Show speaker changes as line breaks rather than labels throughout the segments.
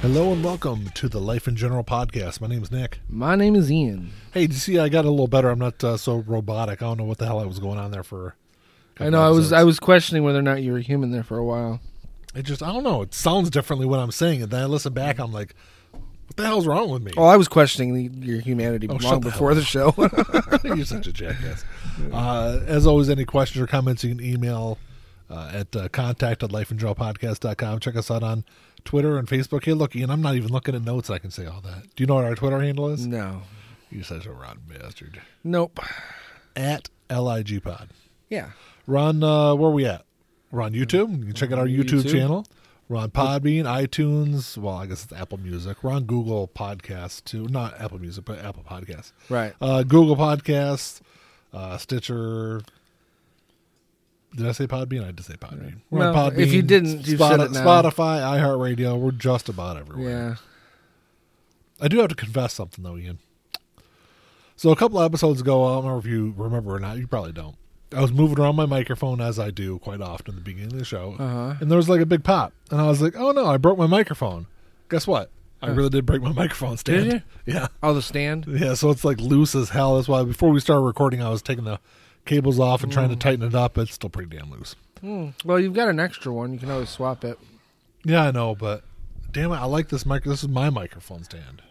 Hello and welcome to the Life in General podcast. My name is Nick.
My name is Ian.
Hey, did you see I got a little better? I'm not uh, so robotic. I don't know what the hell I was going on there for. a
I know I was
couple
I
episodes.
was questioning whether or not you were human there for a while.
It just. I don't know. It sounds differently when I'm saying it. Then I listen back. I'm like, what the hell's wrong with me?
Well, Oh, I was questioning the, your humanity
Oh,
long
shut the
before the show.
You're such a jackass. Uh, as always, any questions or comments, you can email uh, at uh, contact at lifeandjoypodcast.com. Check us out on Twitter and Facebook. Hey, look, Ian, I'm not even looking at notes. I can say all that. Do you know what our Twitter handle is?
no,
You're such a rotten bastard.
nope.
At LIG Pod.
Yeah,
Ron, uh, where are we at? We're on YouTube. You can check out our YouTube,
YouTube.
channel. We're on Podbean, iTunes. Well, I guess it's Apple Music. We're on Google Podcasts too. Not Apple Music, but Apple Podcasts.
right.
Uh, Google Podcasts, uh, Stitcher. Did I say Podbean? I did say Podbean. We're on
No,
Podbean.
if you didn't, you've said it now.
Spotify, iHeartRadio. We're just about everywhere.
yeah,
I do have to confess something though, Ian. So a couple episodes ago, I don't remember if you remember or not. You probably don't. I was moving around my microphone as I do quite often at the beginning of the show,
Uh-huh.
and there was like a big pop, and I was like, "Oh no, I broke my microphone." Guess what? I
Huh.
really did break my microphone stand.
Did
Yeah,
oh the stand.
yeah. So it's like loose as hell. That's why before we started recording, I was taking the cables off and trying
Mm.
to tighten it up. It's still pretty damn loose.
Hmm. Well, you've got an extra one. You can always swap it.
Yeah, I know, but damn it, I like this mic. This is my microphone stand.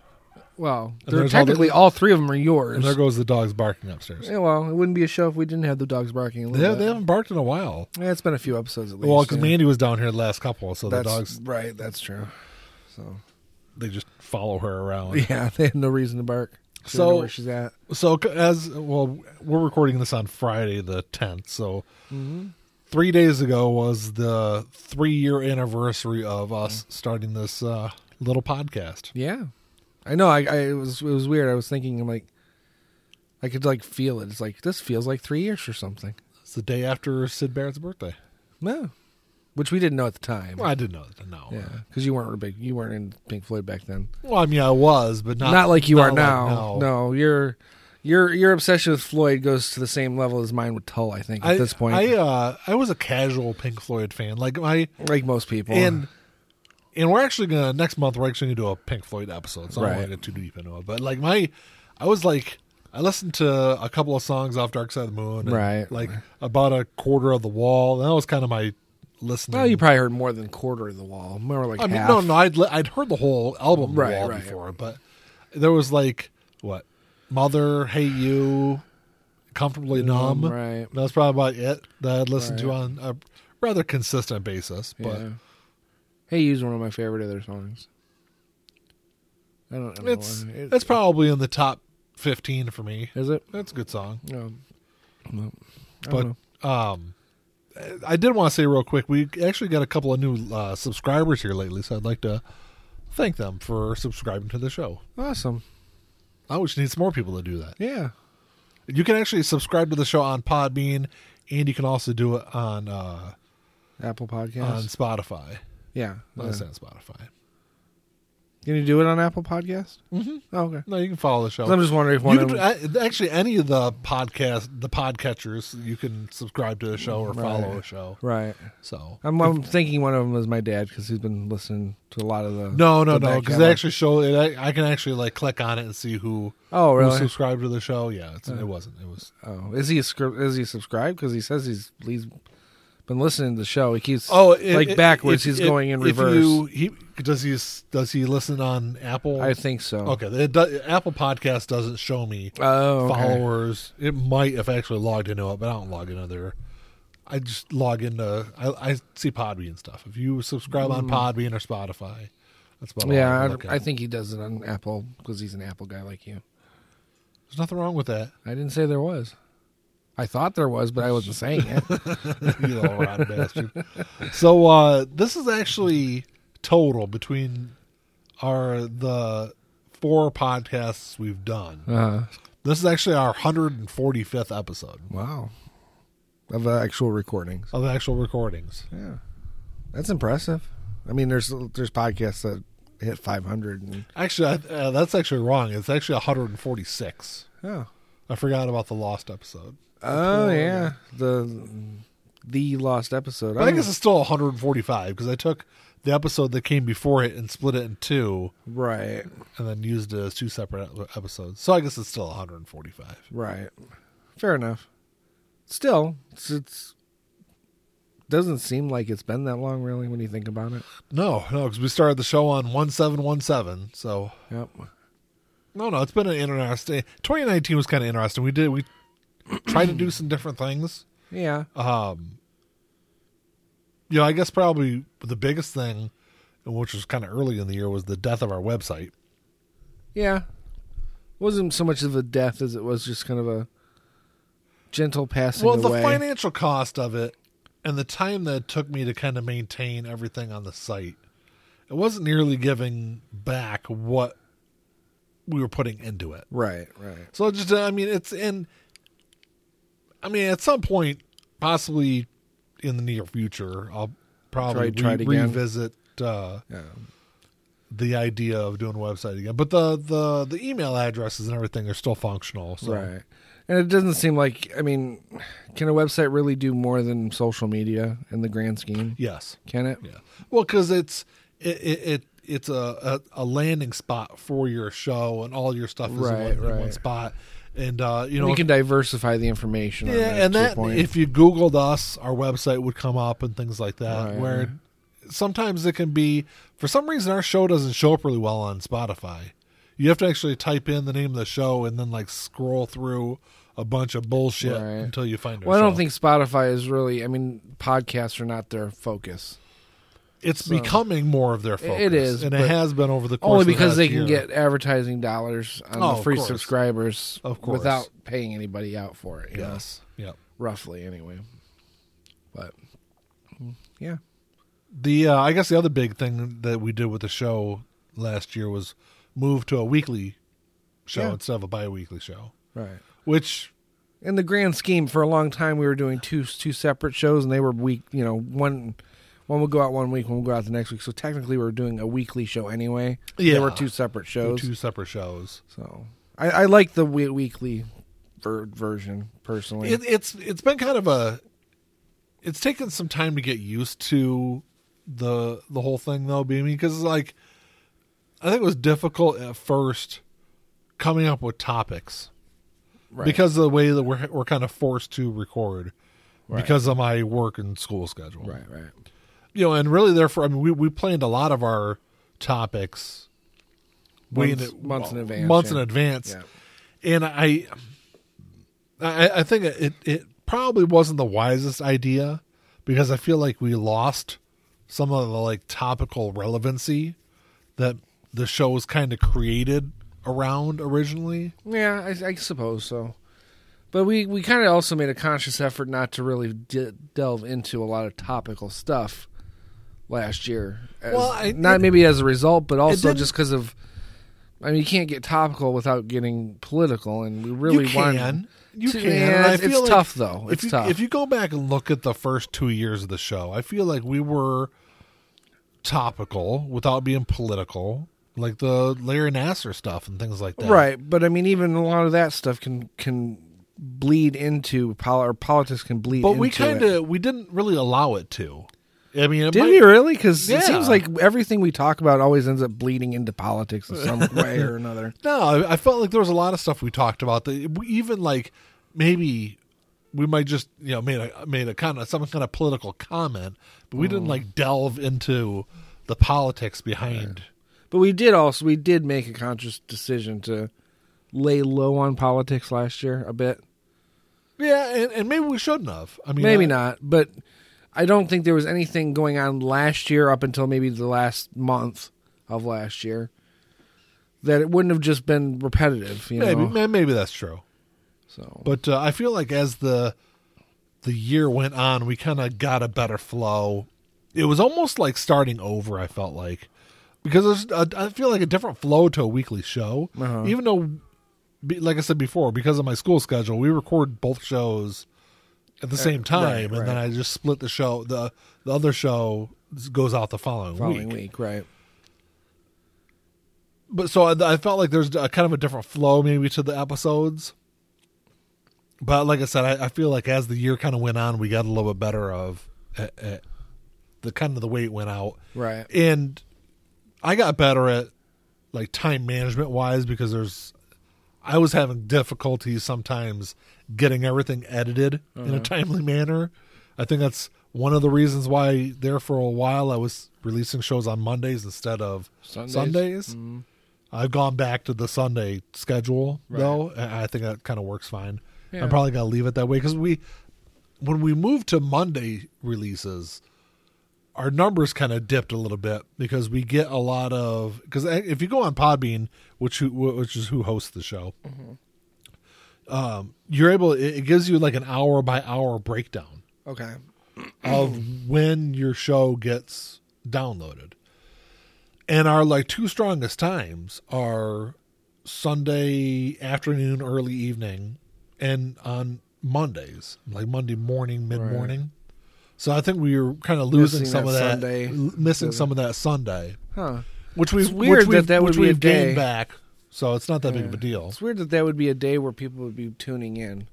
Well,
And
they're
there's all the-
technically all, three of them are
And
yours.
there goes the dogs barking upstairs.
Yeah, well, it wouldn't be a show if we didn't have the dogs barking. A
They,
little
they haven't barked in a while.
bit. Yeah, it's been a few episodes at least.
Well, because
yeah.
Mandy was down here the last couple, so
that's
the dogs
right. That's true. So
they just follow her around.
yeah, they had no reason to bark. She
So-
knew where she's at.
So c- as well, we're recording this on Friday the tenth. So
Mm-hmm.
three days ago was the three year anniversary of us
Mm.
starting this uh, little podcast.
Yeah, I know. I, I it was it was weird. I was thinking, I'm like, I could like feel it. It's like this feels like three years or something.
It's the day after Sid Barrett's birthday.
No, which we didn't know at the time.
Well, I didn't know. That, no.
yeah, because you weren't a big, you weren't in Pink Floyd back then.
Well, I mean, I was, but not
Not, like you are
like
now.
now.
No, your your your obsession with Floyd goes to the same level as mine with Tull. I think at
I,
this point,
I uh, I was a casual Pink Floyd fan. Like my
like most people.
and and we're actually gonna next month we're actually gonna do a Pink Floyd episode, so I don't want
Right.
to get too deep into it. But like my, I was like, I listened to a couple of songs off Dark Side of the Moon, and,
Right.
Like about a quarter of the Wall. And that was kind of my listening.
well, you probably heard more than quarter of the wall, more like
I mean,
half.
no, no, I'd li- I'd heard the whole album The
Right,
Wall
right.
before, but there was like what Mother, Hey You, Comfortably Numb.
Mm, right.
That's probably about it that I'd listened to
Right.
on a rather consistent basis, but.
yeah. Hey, You's one of my favorite other songs. I don't know.
It's
why. It-
that's probably in the top fifteen for me.
Is it?
That's a good song,
No. No. I
but
don't
um, I did want to say real quick, we actually got a couple of new uh, subscribers here lately, so I'd like to thank them for subscribing to the show.
know. awesome.
I just need some more people to do that.
Yeah.
You can actually subscribe to the show on Podbean, and you can also do it on uh,
Apple
on
Podcasts.
Spotify.
yeah.
No,
yeah.
it's not Spotify.
Can you do it on Apple Podcast? Mm-hmm. Oh, okay.
No, you can follow the show.
'Cause I'm just wondering if one
you
of
can,
them,
I- actually any of the podcast the podcatchers you can subscribe to the show or
Right.
follow a show.
right.
So
I'm, I'm thinking one of them is my dad because he's been listening to a lot of the.
no, no, no,
the back
because
catalog.
they actually show it. I, I can actually like click on it and see who
Oh
who
really?
subscribed to the show. Yeah, it's, it wasn't. It was.
Oh, is he a script? Is he subscribed? Because he says he's he's been listening to the show. He keeps
Oh,
like backwards. he's going in reverse.
he does he does he listen on Apple?
I think so.
okay, it do, Apple Podcast doesn't show me
Oh, okay.
followers. It might if I actually logged into it, but I don't log into there. I just log into I, I see Podbean stuff. If you subscribe on Podbean or Spotify, that's about all Mm. I
Yeah,
look
I, I
at.
think he does it on Apple because he's an Apple guy like you.
there's nothing wrong with that.
I didn't say there was. I thought there was, but I wasn't saying it.
you little rotten bastard. So uh, this is actually total between our the four podcasts we've done.
Uh,
This is actually our 145th episode
wow. Of uh, actual recordings.
of actual recordings.
Yeah. That's impressive. I mean, there's there's podcasts that hit 500. And,
Actually, I, uh, that's actually wrong. It's actually 146.
oh.
I forgot about the lost episode.
Oh, yeah. The the lost episode.
But I
Oh.
guess it's still 145 because I took the episode that came before it and split it in two,
Right.
and then used it as two separate e- episodes. So I guess it's still 145.
Right. Fair enough. Still, it's, it's doesn't seem like it's been that long, really, when you think about it.
No, no, because we started the show on 1717. So
Yep.
no, no, it's been an interesting. 2019 was kind of interesting. We did we tried to do some different things.
Yeah.
Um, you know, I guess probably the biggest thing, which was kind of early in the year, was the death of our website.
Yeah. Wasn't so much of a death as it was just kind of a gentle passing
well, the
away.
financial cost of it and the time that it took me to kind of maintain everything on the site, it wasn't nearly giving back what we were putting into it.
right. Right.
So it just, uh, I mean, it's in. I mean, at some point, possibly in the near future, I'll probably
Try- try it
re-
again.
revisit uh,
Yeah.
the idea of doing a website again. But the the the email addresses and everything are still functional. So
Right. And it doesn't seem like I mean, can a website really do more than social media in the grand scheme?
yes,
Can it?
yeah. Well, because it's it, it it it's a, a a landing spot for your show and all your stuff is
Right,
in, one, in one
right.
spot. And uh, you know,
You
if-
can diversify the information. on
Yeah, and
to a
that
point.
if you Googled us, our website would come up and things like that.
Right.
Where sometimes it can be for some reason our show doesn't show up really well on Spotify. You have to actually type in the name of the show and then like scroll through a bunch of bullshit
Right.
until you find. Our
Well, I don't
show.
think Spotify is really. I mean, podcasts are not their focus.
it's becoming more of their focus.
It is,
and it
but
has been over the course
Only
of the
because
last
they can
year.
get advertising dollars on
Oh,
the
of
free
course.
subscribers
Of course.
without paying anybody out for it. you know,
yes, yeah.
roughly anyway. But mm, yeah,
The uh, I guess the other big thing that we did with the show last year was move to a weekly show
Yeah.
instead of a bi-weekly show,
right.
which
in the grand scheme, for a long time, we were doing two two separate shows, and they were week. You know, one one would go out one week, one would go out the next week. So technically, we were doing a weekly show anyway.
Yeah.
they were two separate
They're
shows.
two separate shows.
So I, I like the we- weekly ver- version personally.
It, it's it's been kind of a it's taken some time to get used to the the whole thing though, Beamy, because like I think it was difficult at first coming up with topics
right.
because of the way that we're we're kind of forced to record because of my work and school schedule.
right, right,
You know, and really therefore I mean we we planned a lot of our topics way
Months-
in-
months in advance,
Months in
yeah.
advance.
yeah,
and I, I, I think it it probably wasn't the wisest idea because I feel like we lost some of the like topical relevancy that the show was kind of created around originally.
yeah. I, I suppose so. But we, we kind of also made a conscious effort not to really de- delve into a lot of topical stuff last year. As,
Well, I-
not
it-
maybe as a result, but also
didn't-
just because of. I mean, you can't get topical without getting political, and we really
you
wanted-
can, you
to-
can.
yeah,
and I
it's-
feel
it's
like
tough, though.
if
It's
you-
tough.
If you go back and look at the first two years of the show, I feel like we were topical without being political, like the Larry Nasser stuff and things like that.
Right, but I mean, even a lot of that stuff can can bleed into pol- or politics can bleed.
but we
into
kind
it.
of we didn't really allow it to. I mean, it
did
might,
we really? Because
Yeah.
it seems like everything we talk about always ends up bleeding into politics in some way or another.
No, I, I felt like there was a lot of stuff we talked about that we even like maybe we might just you know made a made a kind of some kind of political comment, but we
Mm.
didn't like delve into the politics behind.
But we did also we did make a conscious decision to lay low on politics last year a bit.
Yeah, and, and maybe we shouldn't have. I mean,
Maybe
I-
not, but I don't think there was anything going on last year up until maybe the last month of last year that it wouldn't have just been repetitive. You
Maybe
know,
may- maybe that's true.
so
But uh, I feel like as the the year went on, we kind of got a better flow. It was almost like starting over. I felt like because there's a, I feel like a different flow to a weekly show,
Uh-huh.
even though, be- like I said before, because of my school schedule, we record both shows at the
Uh,
same time, and then I just split the show. the The other show goes out the following,
following week, right?
but so I, I felt like there's a kind of a different flow maybe to the episodes. But like I said, I, I feel like as the year kind of went on, we got a little bit better of at, at eh, the kind of the weight went out.
Right.
And I got better at like time management wise because there's I was having difficulties sometimes getting everything edited in a timely manner. I think that's one of the reasons why there for a while I was releasing shows on Mondays instead of
Sundays?
Sundays. I've gone back to the Sunday schedule though, and I think that kind of works fine.
Yeah.
I'm probably gonna leave it that way because we, when we moved to Monday releases, our numbers kind of dipped a little bit because we get a lot of because if you go on Podbean, which who, which is who hosts the show, um, you're able it, it gives you like an hour by hour breakdown
Okay.
of when your show gets downloaded. And our like two strongest times are Sunday afternoon, early evening, and on Mondays, like Monday morning, mid morning. So I think we were kind of losing
Missing
some
that
of that,
Sunday.
l- missing some of that Sunday,
Huh.
which we've
weird
which we've,
that that would
which
be a
we've
day.
gained back. So it's not that big of a deal.
It's weird that that would be a day where people would be tuning in.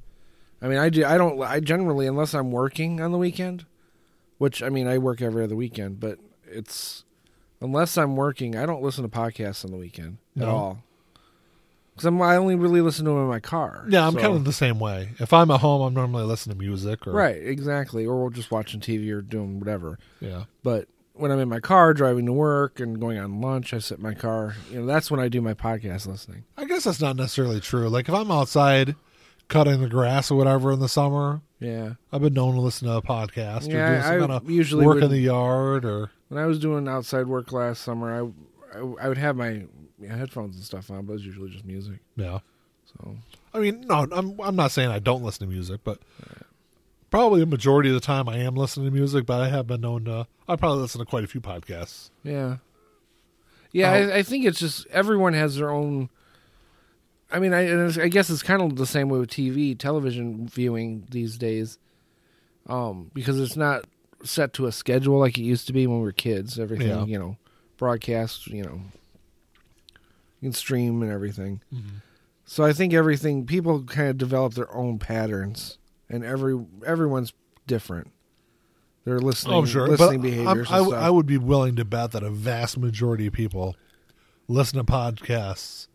I mean, I do. I don't. I generally, unless I'm working on the weekend, which I mean, I work every other weekend, but it's unless I'm working, I don't listen to podcasts on the weekend at
No.
all. Because I only really listen to them in my car.
Yeah, I'm
so-
kind of the same way. If I'm at home, I'm normally listening to music or
right, exactly. Or we're just watching TV or doing whatever.
Yeah,
But when I'm in my car driving to work and going on lunch, I sit in my car. You know, that's when I do my podcast listening.
I guess that's not necessarily true. Like if I'm outside cutting the grass or whatever in the summer,
Yeah.
I've been known to listen to a podcast
Yeah,
or do some
I
kind of
usually
work
would-
in the yard or
When I was doing outside work last summer, I, I, I would have my yeah, headphones and stuff on, but it was usually just music.
yeah.
So
I mean, no, I'm I'm not saying I don't listen to music, but probably a majority of the time I am listening to music. But I have been known to I probably listen to quite a few podcasts.
yeah,
Oh.
yeah. I, I think it's just everyone has their own. I mean, I and it's- I guess it's kind of the same way with TV, television viewing these days, um, because it's not set to a schedule like it used to be when we were kids. Everything
Yeah.
you know, broadcast, you know, you can stream and everything.
Mm-hmm.
So I think everything people kind of develop their own patterns, and every everyone's different. They're listening,
Oh, sure,
listening
but I'm-
behaviors.
I,
and
w-
stuff.
I would be willing to bet that a vast majority of people listen to podcasts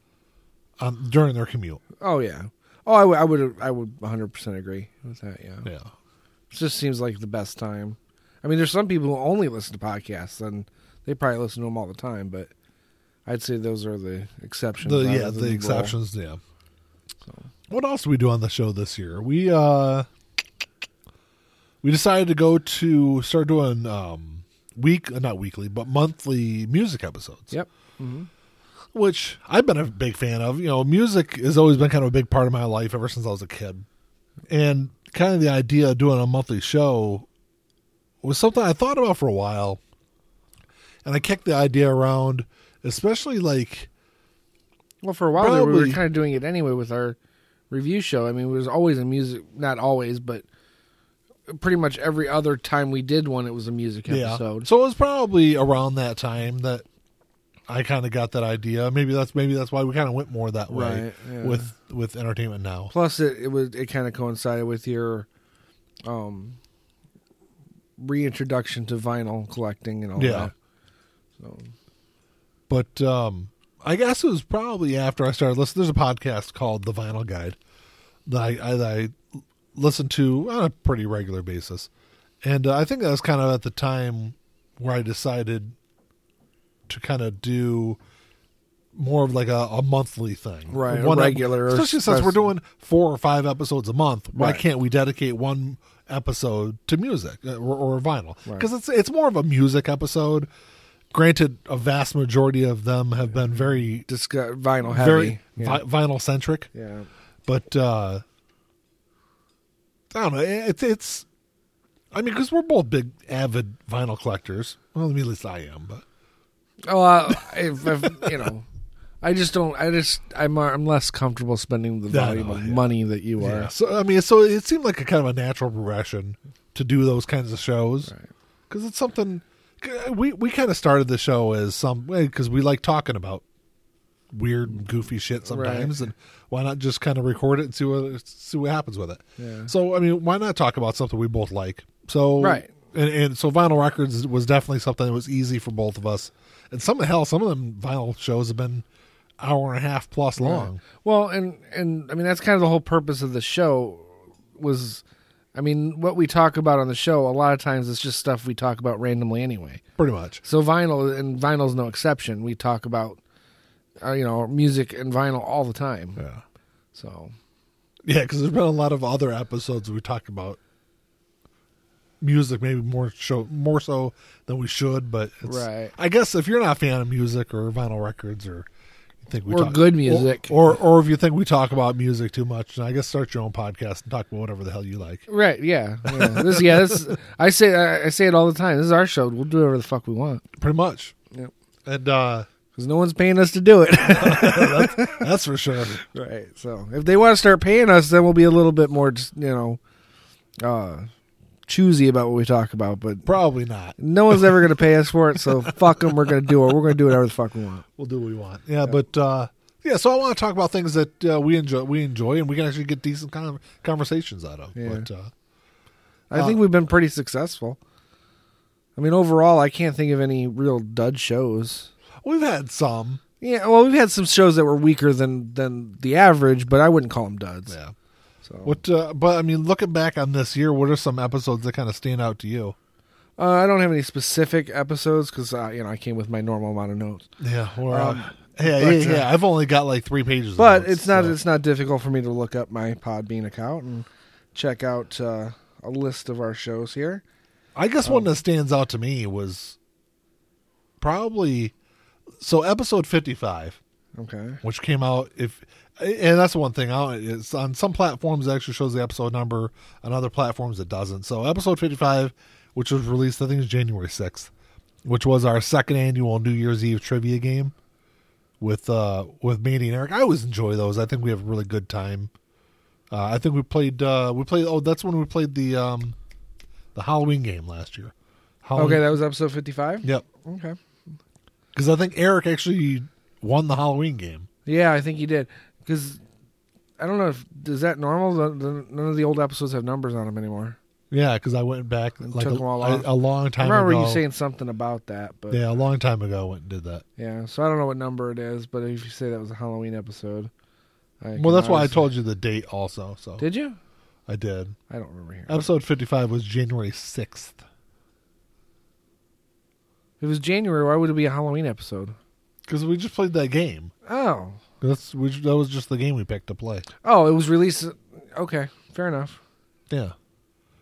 um, during their commute.
oh yeah. Oh, I would. I would. I would 100 percent agree with that. Yeah.
Yeah,
It just seems like the best time. I mean, there's some people who only listen to podcasts, and they probably listen to them all the time. But I'd say those are the exceptions.
the
rather
yeah
than
the
rule.
exceptions. Yeah.
So,
What else did we do on the show this year? We uh we decided to go to start doing um week uh, not weekly but monthly music episodes.
yep. hmm
Which I've been a big fan of. You know, music has always been kind of a big part of my life ever since I was a kid. And kind of the idea of doing a monthly show was something I thought about for a while. And I kicked the idea around, especially like
Well, for a while there, we were
Probably-
kind of doing it anyway with our review show. I mean, it was always a music, not always, but pretty much every other time we did one, it was a music episode.
So it was probably around that time that I kind of got that idea. Maybe that's maybe that's why we kind of went more that way
Right, yeah.
with with entertainment now.
Plus, it, it was it kind of coincided with your um, reintroduction to vinyl collecting and all
Yeah.
that. So,
But um I guess it was probably after I started listening. There's a podcast called The Vinyl Guide that I, I, that I listen to on a pretty regular basis, and uh, I think that was kind of at the time where I decided to kind of do more of like a, a monthly thing,
Right, a
One ep-
regular-
especially since we're
special-
doing four or five episodes a month. Why
Right.
can't we dedicate one episode to music uh, or, or vinyl?
Right.
Because it's it's more of a music episode. Granted, a vast majority of them have been very,
discuss vinyl heavy.
very
yeah.
vinyl centric
yeah.
but uh I don't know. It's it's. I mean, because we're both big avid vinyl collectors. Well, I mean, at least I am. But
Oh, uh, if, if, you know, I just don't. I just I'm uh, I'm less comfortable spending the
Yeah, I
volume
know,
of
yeah.
money that you are.
yeah. So I mean, so it seemed like a kind of a natural progression to do those kinds of shows
Right.
because it's something we we kind of started the show as some because we like talking about weird, goofy shit sometimes, and why not just kind of record it and see what see what happens with it.
Yeah.
So I mean, why not talk about something we both like? So
Right.
and, and so vinyl records was definitely something that was easy for both of us. And some hell, some of them vinyl shows have been hour and a half plus long.
Well, and and I mean that's kind of the whole purpose of the show was I mean what we talk about on the show a lot of times it's just stuff we talk about randomly anyway.
Pretty much.
So vinyl and vinyl's no exception. We talk about uh, you know music and vinyl all the time.
Yeah.
So
Yeah, because there's been a lot of other episodes we talked about music, maybe more show more so than we should. But it's,
Right.
I guess if you're not a fan of music or vinyl records or you think we
Or
talk,
good music.
or, or or if you think we talk about music too much, then I guess start your own podcast and talk about whatever the hell you like.
right, yeah, yeah. This yeah, this I say I, I say it all the time. This is our show. We'll do whatever the fuck we want
Pretty much.
Yep.
And uh,
because no one's paying us to do it.
that's for sure.
Right. So if they want to start paying us, then we'll be a little bit more, just, you know, uh, choosy about what we talk about. But
Probably not.
no one's ever going to pay us for it, so fuck them. We're going to do it. We're going to do whatever the fuck we want.
We'll do what we want. Yeah, but uh, yeah. So I want to talk about things that uh, we enjoy, we enjoy, and we can actually get decent con- conversations out of.
Yeah.
But uh,
I think we've been pretty successful. I mean, overall, I can't think of any real dud shows.
we've had some.
Yeah, well, we've had some shows that were weaker than than the average, but I wouldn't call them duds.
Yeah.
So,
What? Uh, but I mean, looking back on this year, what are some episodes that kind of stand out to you?
uh, I don't have any specific episodes because uh, you know I came with my normal amount of notes.
Yeah. Or,
Um,
yeah,
but,
yeah, yeah. I've only got like three pages. of
But
notes,
it's not
so-
it's not difficult for me to look up my Podbean account and check out uh, a list of our shows here.
I guess
um,
one that stands out to me was probably so episode fifty-five,
Okay.
which came out if, and that's one thing. I don't, it's on some platforms it actually shows the episode number, on other platforms it doesn't. So episode fifty-five, which was released I think it was January sixth, which was our second annual New Year's Eve trivia game. with uh with Mandy and Eric. I always enjoy those. I think we have a really good time. Uh, I think we played uh we played oh that's when we played the um the Halloween game last year. Halloween,
Okay, that was episode 55.
Yep.
Okay.
Because I think Eric actually won the Halloween game.
Yeah, I think you did cuz I don't know if is that normal The- the- none of the old episodes have numbers on them anymore.
Yeah, because I went back like a,
took them all
a-
off.
a long
I
time
remember
ago.
you saying something about that, but yeah.
yeah, a long time ago I went and did that.
so I don't know what number it is, but if you say that was a Halloween episode. I
Well, that's why I
obviously-
told you the date also. So
Did you?
I did.
I don't remember here.
Episode 55 was January 6th.
If it was January, why would it be a Halloween episode?
Because we just played that game.
Oh.
That's we, that was just the game we picked to play.
Oh, it was released. Okay, fair enough.
Yeah.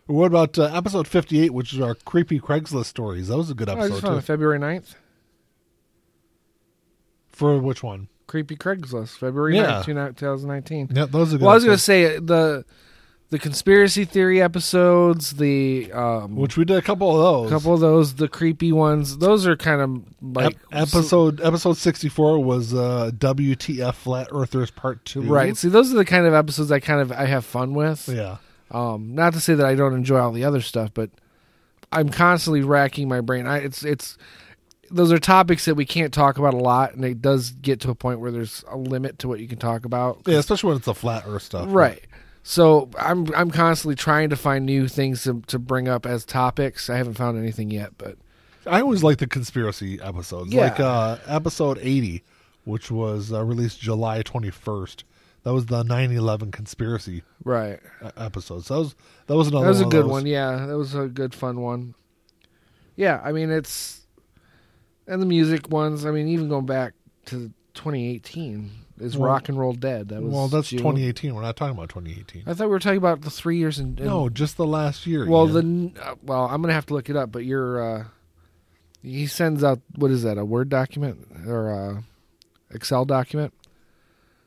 What about uh, episode 58, which is our creepy Craigslist stories? That was a good
Oh, I just
episode,
found
too.
it February 9th.
For which one?
Creepy Craigslist, February
Yeah.
9th, 2019.
Yeah, those are good.
Well, I was going
episodes,
to say uh, the the conspiracy theory episodes, the um,
Which we did a couple of those.
couple of those, the creepy ones, those are kind of like.
Ep- episode episode 64 was uh, WTF Flat Earthers Part 2.
Right. See, those are the kind of episodes I kind of I have fun with.
Yeah.
Um, not to say that I don't enjoy all the other stuff, but I'm constantly racking my brain. I, it's it's those are topics that we can't talk about a lot, and it does get to a point where there's a limit to what you can talk about.
Yeah, especially when it's the flat earth stuff.
Right. So I'm I'm constantly trying to find new things to to bring up as topics. I haven't found anything yet, but
I always like the conspiracy episodes.
Yeah.
Like uh, episode 80, which was uh, released July 21st. That was the 9 11 conspiracy
right.
uh, episode. So that was, that was another
That was a
of
good
those.
one. Yeah, that was a good fun one. Yeah, I mean it's and the music ones. I mean even going back to 2018 is
Well-
rock and roll dead. That was
Well, that's
June.
2018. We're not talking about 2018.
I thought we were talking about the three years and
No, just the last year.
Well,
Ian.
the n- uh, well, I'm gonna have to look it up. But you're uh, he sends out what is that a Word document or a Excel document?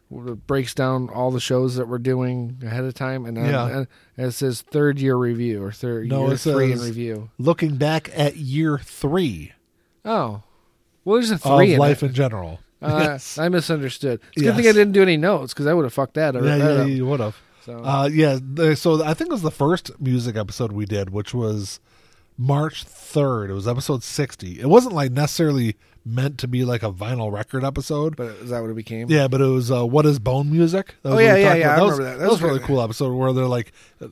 Where It breaks down all the shows that we're doing ahead of time, and, then-
Yeah.
and- and it says third year review or third
No,
year
it
three in
says-
review.
looking back at year three,
Oh, well, there's a three
of
in
life
It.
in general.
Uh,
yes.
I misunderstood. It's a good thing I
Yes.
didn't do any notes because I would have fucked that.
yeah,
Yeah,
yeah, you would have.
So
Uh, yeah, the- so I think it was the first music episode we did, which was March third. It was episode sixty. It wasn't like necessarily meant to be like a vinyl record episode.
but is that what it became?
yeah, but it was uh, what is bone music? That was
Oh,
what we
yeah, yeah,
talked
yeah, I
about. That was,
remember that. That
was
was
a really
good.
cool episode where they're like uh,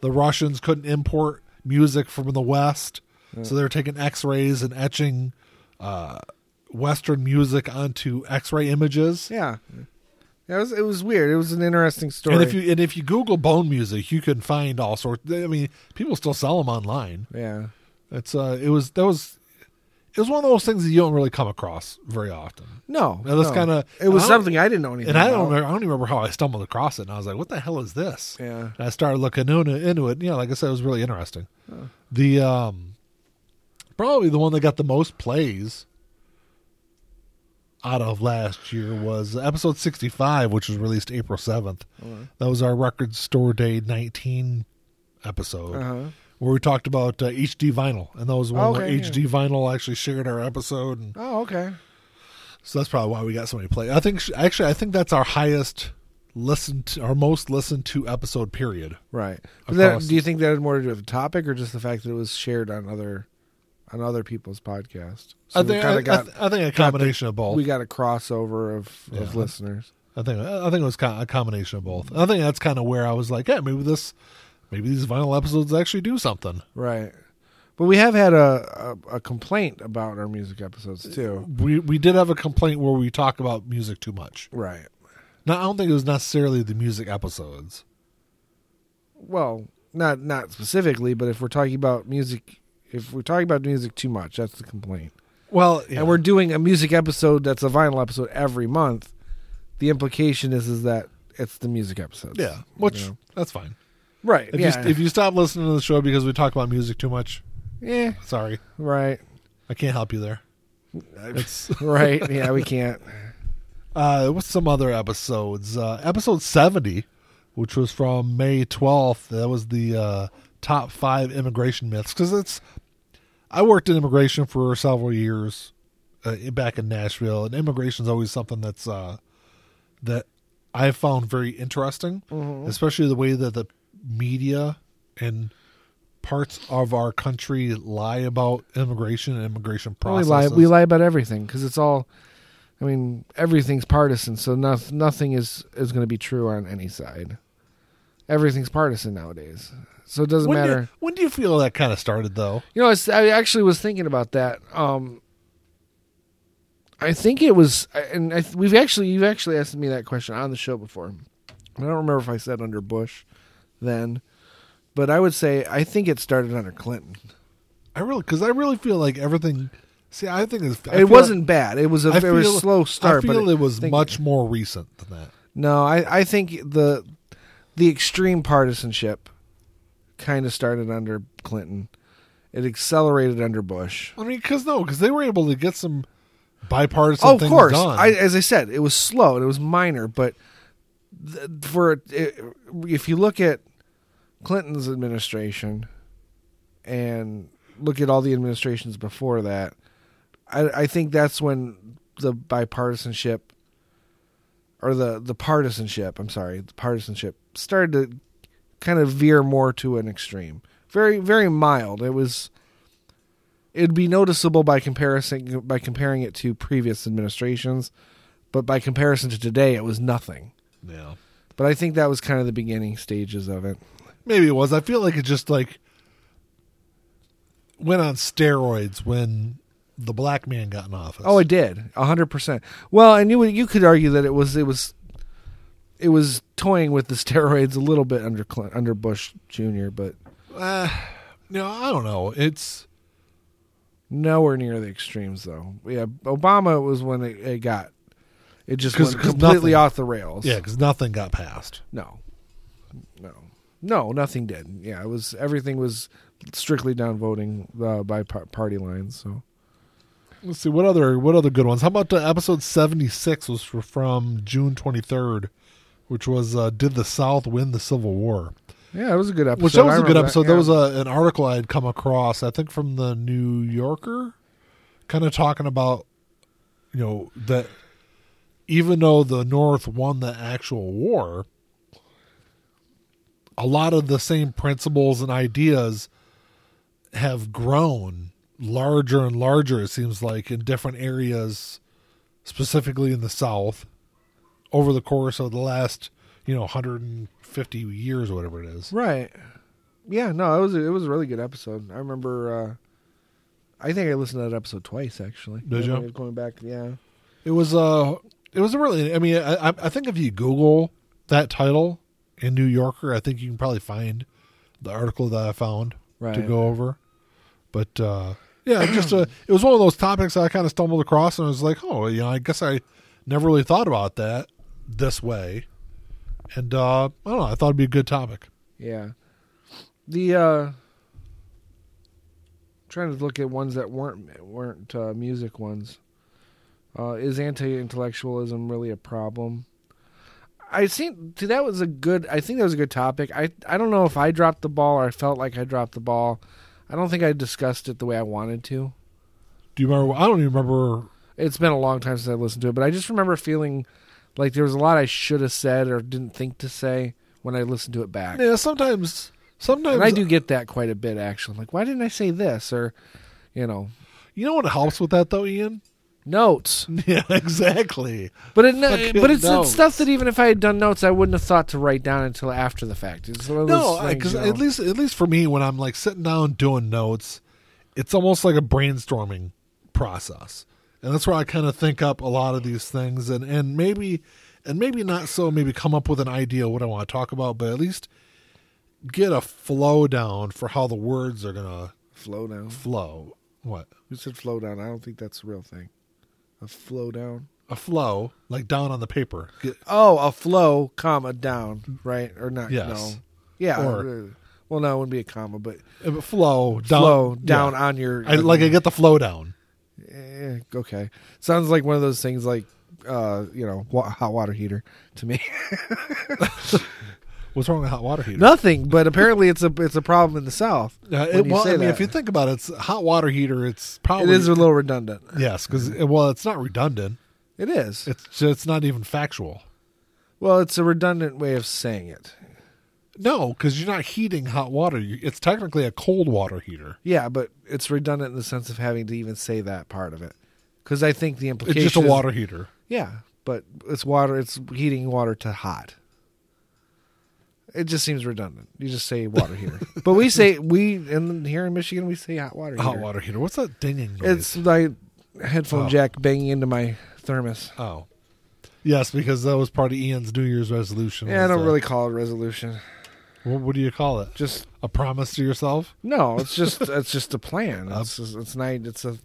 the Russians couldn't import music from the West. So they're taking X rays and etching uh, Western music onto X ray images.
Yeah. It was it was weird. It was an interesting story.
And if you and if you Google bone music, you can find all sorts. I mean, people still sell them online.
yeah.
It's uh, it was that was, it was one of those things that you don't really come across very often.
No.
Now, that's
no.
kinda-
It was
I don't-
something I didn't know anything
And I don't,
about.
remember, I don't even remember how I stumbled across it. And I was like, "What the hell is this?"
Yeah.
And I started looking into, into it. And yeah, like I said, it was really interesting. The um, probably the one that got the most plays out of last year was episode sixty-five, which was released April seventh. That was our record store day nineteen episode
Uh-huh.
where we talked about uh, HD vinyl, and that was one where
Okay, yeah.
HD vinyl actually shared our episode. And
Oh, okay.
so that's probably why we got so many plays. I think sh- actually, I think that's our highest listened, to, our most listened to episode. Period.
Right. But that,
Across-
do you think that had more to do with the topic or just the fact that it was shared on other on other people's podcasts? So
I
we
think
kinda
I, I
got
th- I think a combination of both.
we got a crossover of,
Yeah.
of listeners.
I think I think it was co- a combination of both. I think that's kind of where I was like, yeah, maybe this, maybe these vinyl episodes actually do something.
Right. But we have had a, a, a complaint about our music episodes too.
We we did have a complaint where we talk about music too much.
Right.
Now I don't think it was necessarily the music episodes.
Well, not not specifically, but if we're talking about music if we're talking about music too much, that's the complaint.
Well,
And we're doing a music episode that's a vinyl episode every month. The implication is is that it's the music episodes.
yeah, which
you know?
that's fine.
Right.
If,
yeah.
you, if you stop listening to the show because we talk about music too much, Eh.
yeah.
sorry,
Right.
I can't help you there. It's
Right. Yeah, we can't.
uh what's some other episodes uh episode 70 which was from may 12th that was the uh top five immigration myths because it's i worked in immigration for several years uh, back in nashville and immigration is always something that's uh that i found very interesting
Mm-hmm.
especially the way that the media and parts of our country lie about immigration and immigration
We
processes
lie. We lie about everything because it's all. I mean, everything's partisan, so no, nothing is is going to be true on any side. Everything's partisan nowadays, so it doesn't
when do,
matter.
you, when do you feel that kind of started though
You know, it's, I actually was thinking about that. Um, I think it was, and I, th- we've actually you've actually asked me that question on the show before. I don't remember if I said under Bush then, but I would say I think it started under Clinton.
I really, because I really feel like everything. See, I think it's, I
it
feel-
wasn't bad. It was a
I
it was
feel-
a slow start.
I feel
but
it was
think-
much more recent than that.
No, I, I think the the extreme partisanship kind of started under Clinton. It accelerated under Bush.
I mean, because no, because they were able to get some bipartisan.
Oh, of
things
course.
done.
I, as I said, it was slow and it was minor, but th- for it, if you look at Clinton's administration and look at all the administrations before that, I, I think that's when the bipartisanship or the the partisanship, I'm sorry, the partisanship started to kind of veer more to an extreme. Very very mild. It was it'd be noticeable by comparison by comparing it to previous administrations, but by comparison to today, it was nothing.
yeah,
But I think that was kind of the beginning stages of it.
maybe it was. I feel like it just like went on steroids when the black man got in office.
Oh, it did, hundred percent. Well, and you would- you could argue that it was it was it was toying with the steroids a little bit under Clin- under Bush Jr., but
uh, no, I don't know. It's
nowhere near the extremes though. Yeah, Obama was when it, it got it just
'Cause-
went
'cause
completely
nothing.
off the rails.
yeah, because nothing got passed.
No. No. No, nothing did. Yeah, it was everything was strictly down voting uh, by par- party lines. So
Let's see what other what other good ones. How about uh, episode seventy six was fr- from June twenty third, which was uh, did the South win the Civil War?
yeah, it was a good episode.
Which that was
I
a good
remember
episode. That,
yeah.
was a, an article I had come across, I think from the New Yorker, kind of talking about you know that even though the North won the actual war, a lot of the same principles and ideas have grown larger and larger it seems like in different areas specifically in the south over the course of the last you know 150 years or whatever it is
right. yeah, no, it was a, it was a really good episode. I remember. Uh, I think I listened to that episode twice actually.
Did
Yeah,
you?
Going back, yeah.
It was uh it was a really I mean I I- I think if you Google that title in New Yorker, I think you can probably find the article that I found to
Right.
go over. But uh yeah, just a, it was one of those topics I kind of stumbled across and I was like, oh, you know, I guess I never really thought about that this way. And uh I don't know, I thought it'd be a good topic.
Yeah. The uh trying to look at ones that weren't weren't uh, music ones. Uh is anti-intellectualism really a problem? I seen see, that was a good I think that was a good topic. I I don't know if I dropped the ball or I felt like I dropped the ball. I don't think I discussed it the way I wanted to.
Do you remember? I don't even remember.
It's been a long time since I listened to it, but I just remember feeling like there was a lot I should have said or didn't think to say when I listened to it back.
Yeah, sometimes, sometimes
and I do get that quite a bit actually. Like, why didn't I say this? Or, you know,
You know what helps with that though, Ian?
notes.
Yeah, exactly.
But it,
Fucking
but it's,
notes.
it's stuff that even if I had done notes, I wouldn't have thought to write down until after the fact. It's one of
No,
those things,
because
you know.
at least at least for me, when I'm like sitting down doing notes, it's almost like a brainstorming process, and that's where I kind of think up a lot of these things, and and maybe and maybe not so maybe come up with an idea of what I want to talk about, but at least get a flow down for how the words are gonna
flow down.
flow. What
Who said flow down? I don't think that's a real thing. A flow down.
a flow like down on the paper? Get,
Oh, a flow, comma down, right or not?
Yes.
No. Yeah.
Or-
uh, well, no, it wouldn't be a comma, but
uh, flow down
flow down
yeah.
on your.
I, like I get the flow down.
Eh, okay. Sounds like one of those things like, uh, you know, wa- hot water heater to me.
What's wrong with hot water heater?
Nothing, but apparently it's a it's a problem in the South.
Uh,
when
it,
you
well,
say
I mean,
that.
if you think about it, it's a hot water heater. It's
it
probably
is a little redundant.
yes, because well, it's not redundant.
It is.
It's just, it's not even factual.
well, it's a redundant way of saying it.
No, because you're not heating hot water. You- It's technically a cold water heater.
Yeah, but it's redundant in the sense of having to even say that part of it, because I think the
It's
implication
just a
is-
water heater.
Yeah, but it's water. It's heating water to hot. It just seems redundant. You just say water heater, but we say we in here in Michigan we say hot water.
Hot
heater.
water heater. What's that dinging noise?
It's my headphone
Oh.
jack banging into my thermos.
oh, yes, because that was part of Ian's New Year's resolution.
Yeah, I
was,
don't
uh,
really call it resolution.
What, what do you call it?
Just
A promise to yourself.
no. It's just it's just a plan. It's just- it's not. It's a,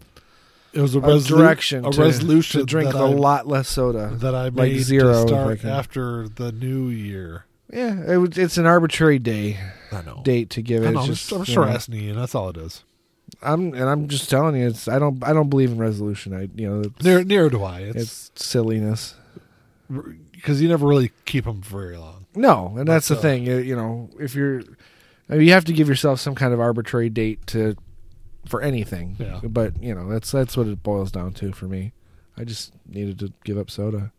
It was a,
a
resolu-
direction.
A
to,
resolution
to drink
that
a
I-
lot less soda.
that I made
like zero if
to
I
start
can.
after the new year.
yeah, it, was- it's an arbitrary day
I know.
date to give
I
it.
know,
It's
I'm,
just,
just, I'm
you
sure
know,
asking Ian. That's all it is.
I'm and I'm just telling you. It's I don't I don't believe in resolution. I you know it's,
Near, near do I. It's
it's silliness.
because you never really keep them for very long.
No, and that's the
But, uh,
thing. You you know, if you're, I mean, you have to give yourself some kind of arbitrary date to for anything.
Yeah.
But you know, that's that's what it boils down to for me. I just needed to give up soda.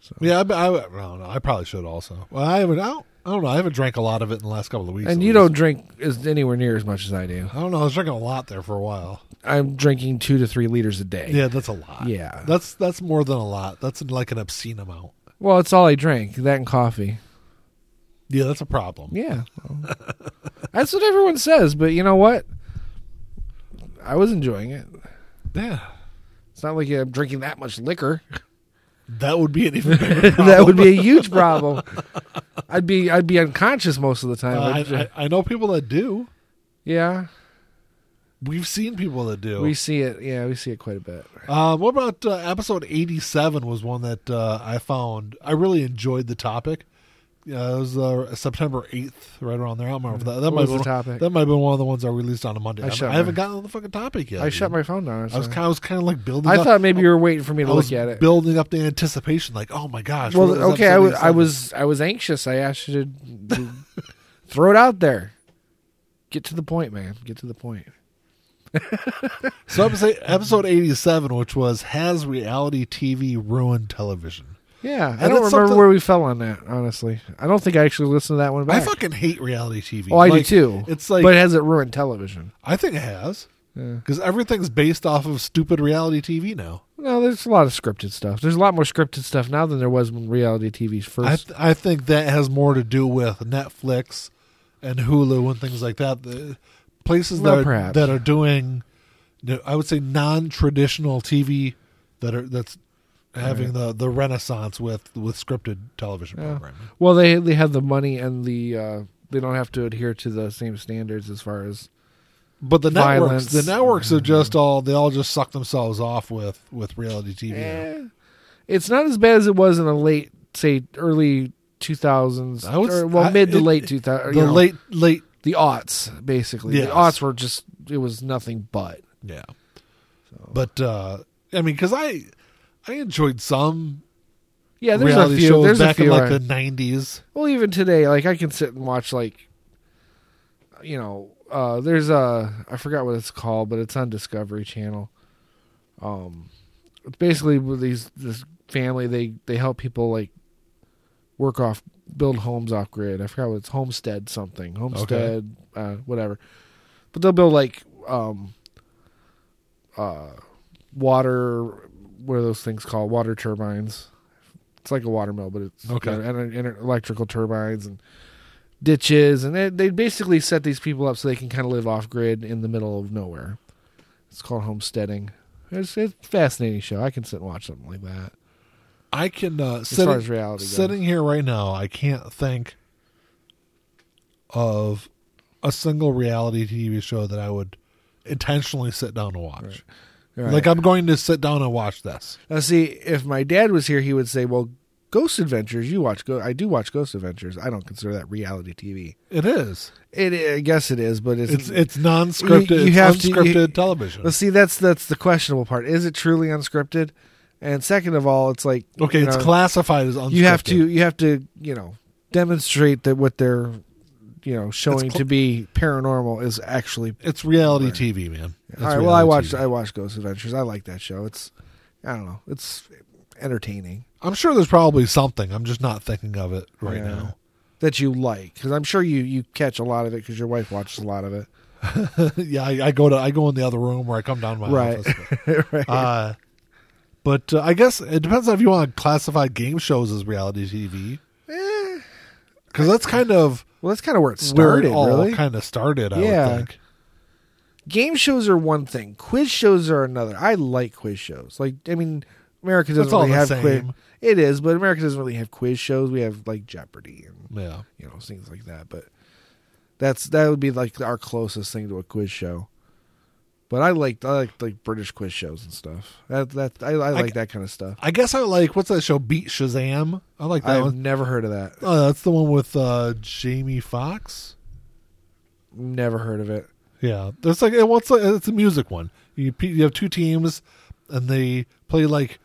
So.
Yeah, I, I, I don't know. I probably should also. Well, I haven't. I don't, I don't know. I haven't drank a lot of it in the last couple of weeks.
And
at
you
least.
don't drink as anywhere near as much as I do.
I don't know. I was drinking a lot there for a while.
I'm drinking two to three liters a day.
Yeah, that's a lot.
Yeah.
that's that's more than a lot. That's like an obscene amount.
Well, it's all I drink. That and coffee.
Yeah, that's a problem.
Yeah. Well, that's what everyone says. But you know what? I was enjoying it.
Yeah,
It's not like I'm drinking that much liquor.
that would be an even bigger problem.
that would be a huge problem. I'd be I'd be unconscious most of the time.
Uh,
wouldn't
I,
you?
I, I know people that do.
yeah,
We've seen people that do.
we see it. Yeah, we see it quite a bit.
Uh, what about uh, episode 87 was one that uh, I found. I really enjoyed the topic. Yeah, it was uh, September 8th, right around there. I don't remember. That, that,
Mm-hmm. What
might
was
have
the
been-
topic?
that might have been one of the ones I released on a Monday.
I
I, haven't-
shut
I
my-
haven't gotten on the fucking topic yet.
I shut
dude.
my phone down.
I was, kind of, I was kind of like building
I
up.
thought maybe you were waiting for me to
I was
look at it.
building up the anticipation, like, oh my gosh.
well,
what was
okay, I
episode
was I
87?
was I was anxious. I asked you to- to throw it out there. Get to the point, man. Get to the point.
So, episode, episode 87, which was Has Reality TV Ruined Television?
Yeah, I
And
don't
it's
remember
something-
where we fell on that. Honestly, I don't think I actually listened to that one. Back.
I fucking hate reality TV.
oh, I
Like,
do too.
It's like,
but has it ruined television?
I think it has.
Yeah.
because everything's based off of stupid reality TV now.
No, there's a lot of scripted stuff. There's a lot more scripted stuff now than there was when reality TV's first.
I th- I think that has more to do with Netflix and Hulu and things like that. The places
Well,
that are,
perhaps.
that are doing, you know, I would say non-traditional TV that are that's having the, the renaissance with with scripted television
Yeah.
programming.
well, they they have the money and the uh, they don't have to adhere to the same standards as far as
But the
Violence. Mm-hmm.
networks the networks are just all they all just suck themselves off with with reality TV. now.
Eh, it's not as bad as it was in the late, say, early 2000s.
I would s-
or, well,
I-
mid to
it-
late 2000s.
The late late
the aughts, basically.
Yes.
The aughts were just, it was nothing but.
Yeah. But uh I mean, because I I enjoyed some
Yeah, there's
reality
a few.
shows
there's
back
a few.
in like
I-
the nineties.
well, even today, like, I can sit and watch, like, you know, uh, there's a, I forgot what it's called, but it's on Discovery Channel. Um, it's basically with these, this family, they, they help people, like, work off build homes off grid. I forgot what it's homestead something, homestead, uh, whatever. But they'll build like um, uh, water. What are those things called? Water turbines. It's like a water mill, but it's
Okay.
and, and, and electrical turbines and ditches, and they, they basically set these people up so they can kind of live off grid in the middle of nowhere. It's called homesteading. It's, it's a fascinating show. I can sit and watch something like that.
I can uh
As far
sitting,
as reality goes.
sitting here right now, I can't think of a single reality TV show that I would intentionally sit down to watch.
Right.
Like I'm going to sit down and watch this.
uh, Now, see, if my dad was here, he would say, "Well, Ghost Adventures. You watch? Go- I do watch Ghost Adventures. I don't consider that reality TV.
It is.
It, I guess it is, but it's,
It's it's non-scripted.
You- you
it's
have to-
unscripted
you-
television.
Well, see, that's that's the questionable part. Is it truly unscripted? And second of all, it's like
Okay,
you
it's
know,
classified as unscripted.
you have to you have to you know demonstrate that what they're you know
cl-
showing to be paranormal is actually
It's reality TV, man. It's
all right. Well, I
reality
watched
TV.
I watched Ghost Adventures. I like that show. It's I don't know. It's entertaining.
I'm sure there's probably something. I'm just not thinking of it right
Yeah.
now.
that you like because i'm sure you you catch a lot of it because your wife watches a lot of it
yeah, I, I go to I go in the other room where I come down to my
Right.
office.
right
Uh, but uh, I guess it depends on if you want to classify game shows as reality TV. Because that's kind of
well that's kind of where Eh, it
where
started
it all
really
kind of started. I
Yeah.
would think.
game shows are one thing quiz shows are another i like quiz shows like i mean america doesn't
That's all
really
the
have quiz
same.
it is but america doesn't really have quiz shows we have like jeopardy and
Yeah.
you know things like that but that's that would be like our closest thing to a quiz show but i like i like like british quiz shows and stuff that that i, I like that kind of stuff
I guess I like what's that show? Beat Shazam. I like that
i've
one.
never heard of that
Oh, that's the one with uh, Jamie Fox.
never heard of it
Yeah, there's like what's like, it's a music one. You pe- you have two teams, and they play like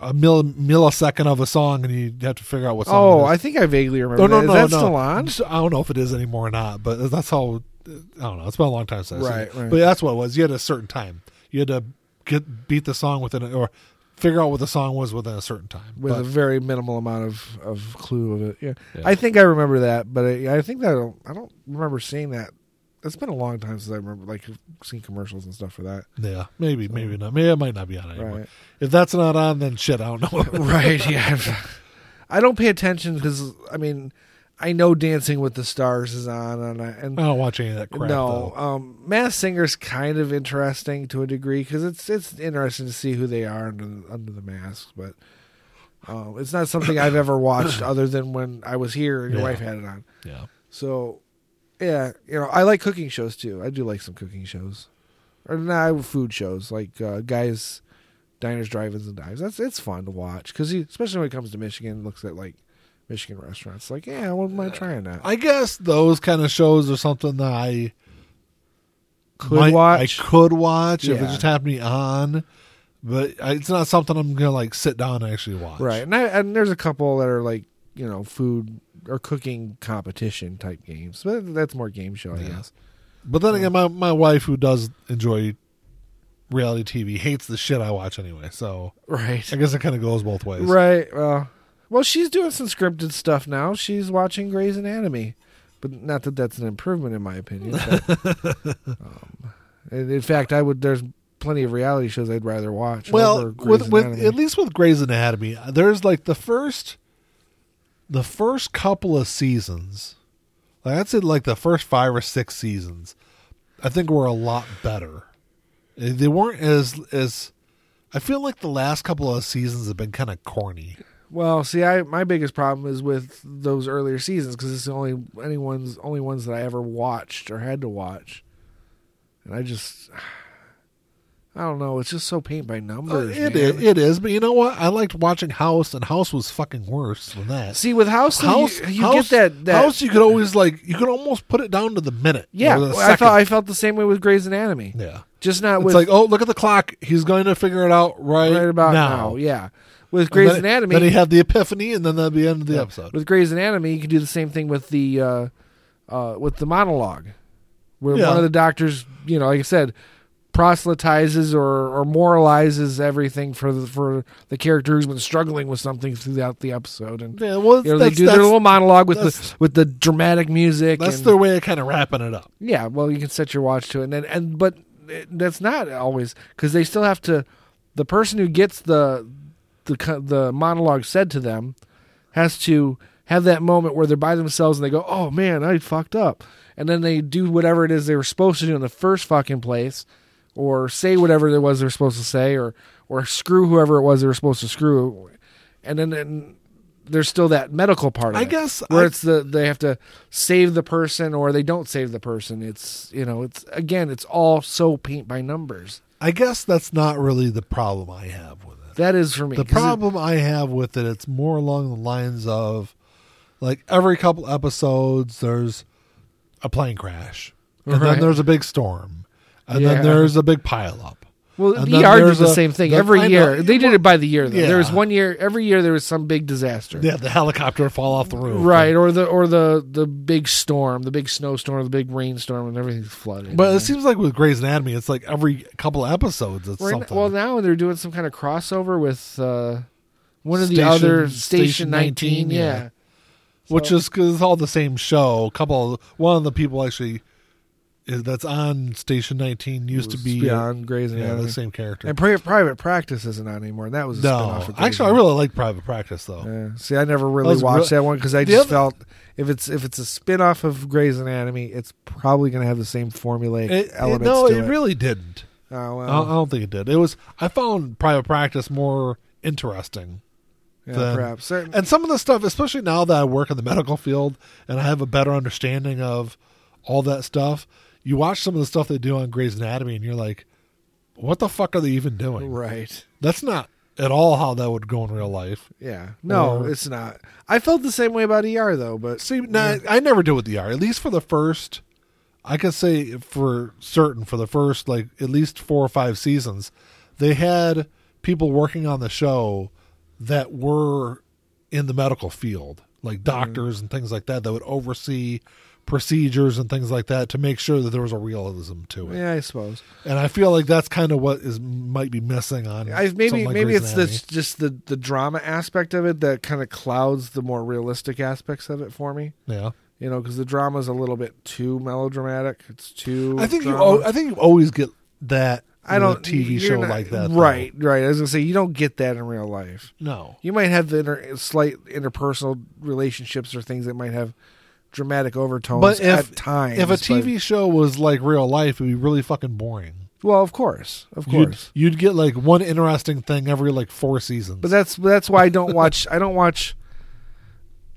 a mill, millisecond of a song, and you have to figure out what song.
Oh,
it
I
is.
think I vaguely remember.
no,
that.
Oh, no, no,
Is that
no.
still on?
Just- I don't know if it is anymore or not, but that's how. I don't know. It's been a long time since. I've seen
Right,
it.
right.
But that's what it was. You had a certain time. You had to get beat the song within a, or figure out what the song was within a certain time.
With
But-
a very minimal amount of, of clue of it. Yeah.
Yeah.
I think I remember that, but I, I think that I don't, I don't remember seeing that. It's been a long time since I remember like seeing commercials and stuff for that.
yeah, maybe, maybe not. Maybe it might not be on anymore.
Right.
If that's not on, then shit, I don't know.
right. Yeah. I don't pay attention because I mean, I know Dancing with the Stars is on, and I, and
I don't watch any of that Oh, crap.
no,
though.
um, Mass Singer's kind of interesting to a degree because it's it's interesting to see who they are under, under the mask, but um, it's not something I've ever watched other than when I was here and your
Yeah.
wife had it on.
yeah.
So, yeah, you know, I like cooking shows too. I do like some cooking shows, or nah, food shows like uh, guys, diners, drive-ins, and dives. That's it's fun to watch because especially when it comes to Michigan, and looks at like Michigan restaurants. Like, yeah, I wouldn't mind trying that.
I guess those kind of shows are something that I
Could
might-
watch.
I could watch if it
Yeah.
just happened to be on, but I- it's not something I'm gonna like sit down and actually watch.
Right, and I, and there's a couple that are like you know food or cooking competition type games, but that's more game show, I
Yeah.
guess.
But then again, my my wife who does enjoy reality TV hates the shit I watch anyway. So
Right,
I guess it kind of goes both ways.
right. Well, well, she's doing some scripted stuff now. She's watching Grey's Anatomy, but not that that's an improvement in my opinion. But, um, And in fact, I would. There's plenty of reality shows I'd rather watch. over
Well,
Grey's
with, with
Anatomy.
at least with Grey's Anatomy, there's like the first, the first couple of seasons. Like I'd say, like the first five or six seasons, I think were a lot better. Eh, They weren't as as. I feel like the last couple of seasons have been kind of corny.
Well, see, I my biggest problem is with those earlier seasons because it's the only anyone's only ones that I ever watched or had to watch, and I just I don't know. It's just so paint by numbers.
Uh, It
man.
is, it is, but you know what? I liked watching House, and House was fucking worse than that.
See, with House, though,
House,
you, you
House-
get that, that
House. You could always like, you could almost put it down to the minute.
Yeah,
or the
I
second.
felt I felt the same way with Grey's Anatomy.
yeah.
Just not
It's
with
like, oh, look at the clock. He's going to figure it out right,
right about now.
now.
Yeah, with
And
Grey's
then,
Anatomy.
Then he had the epiphany, and then that'd be the end of the
Yeah.
episode.
With Grey's Anatomy, you can do the same thing with the uh, uh, with the monologue, where
Yeah.
one of the doctors, you know, like I said, proselytizes or, or moralizes everything for the for the character who's been struggling with something throughout the episode, and
Yeah, well,
you know, they
that's,
do
that's,
their little monologue with the
that's-
with the dramatic music.
that's
and,
their way of kind of wrapping it up.
yeah, well, you can set your watch to it, and then, and but it- that's not always because they still have to. The person who gets the the co- the monologue said to them has to have that moment where they're by themselves and they go, "Oh man, I fucked up," and then they do whatever it is they were supposed to do in the first fucking place, or say whatever it was they were supposed to say, or or screw whoever it was they were supposed to screw, and then. And, there's still that medical part of
I
it
guess
where
I-
it's the they have to save the person or they don't save the person. It's you know, it's again, it's all so paint by numbers.
I guess that's not really the problem I have with it.
That is for me.
The
'cause it-
problem I have with it, it's more along the lines of, like every couple episodes, there's a plane crash, and
Right.
then there's a big storm, and
Yeah.
then there's a big pileup.
well,
and
he
then
argued
uh, there's
the E
a-
same thing
there-
every
I know,
year. they did it by the year. Though.
yeah.
There was one year, every year there was some big disaster,
Yeah, the helicopter would fall off the roof,
right? Or the or the the big storm, the big snowstorm, the big rainstorm, and everything's flooded.
But it seems like with Grey's Anatomy, it's like every couple of episodes, it's
Right now-
something.
well, now they're doing some kind of crossover with uh, one of the
Station-
other
Station
Station,
19,
19.
yeah.
yeah.
which is because it's all the same show. A couple, of, one of the people actually is, that's on Station 19 used to be
beyond Grey's
yeah,
Anatomy.
the same character.
And pri- private practice isn't on anymore. and That was a
no,
spinoff. Of Grey's
actually, I really like Private Practice though.
Anatomy. Yeah. See, I never really
was
watched
real-
that one because I
The
just
other-
felt if it's if it's a spinoff of Grey's Anatomy, it's probably going to have the same formulaic
It- it-
elements.
no,
to
it really didn't.
Oh,
I
well,
don't, I don't think it did. It was I found Private Practice more interesting.
yeah,
then-
perhaps. Certain,
And some of the stuff, especially now that I work in the medical field and I have a better understanding of all that stuff, you watch some of the stuff they do on Grey's Anatomy and you're like, what the fuck are they even doing?
right.
That's not at all how that would go in real life.
Yeah. No,
Or-
it's not. I felt the same way about ER though, but
See, now, I never did with the ER, at least for the first, I can say for certain, for the first, like, at least four or five seasons, they had people working on the show that were in the medical field, like
Mm-hmm.
doctors and things like that, that would oversee procedures and things like that to make sure that there was a realism to it.
yeah, I suppose.
And I feel like that's kind of what is might be missing on
I maybe
something like
maybe
Grey's
it's
Anatomy.
this, just the the drama aspect of it that kind of clouds the more realistic aspects of it for me.
yeah.
You know, because the drama's a little bit too melodramatic. It's too.
I think you
drama.
al- I think you always get that
I don't
with a TV
you're
show
not-
like that. though.
Right, right. I was gonna say you don't get that in real life.
No.
You might have the inter, slight interpersonal relationships or things that might have dramatic overtones
But if
at times.
if a
but-
TV show was like real life, it would be really fucking boring.
well, of course, of
You'd,
course.
you'd get like one interesting thing every like four seasons.
But that's that's why I don't watch. I don't watch.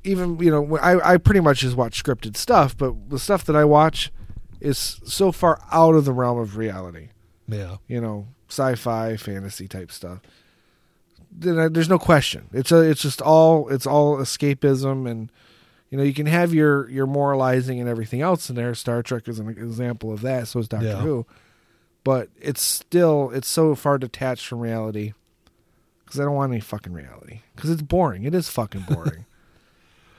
Even you know, when- I I pretty much just watch scripted stuff, but the stuff that I watch is so far out of the realm of reality.
yeah.
you know, sci-fi, fantasy type stuff. Then I, there's no question. It's a, it's just all it's all escapism, and you know you can have your your moralizing and everything else in there. Star Trek is an example of that. So is Doctor
Yeah.
Who, but it's still it's so far detached from reality because I don't want any fucking reality because it's boring. It is fucking boring.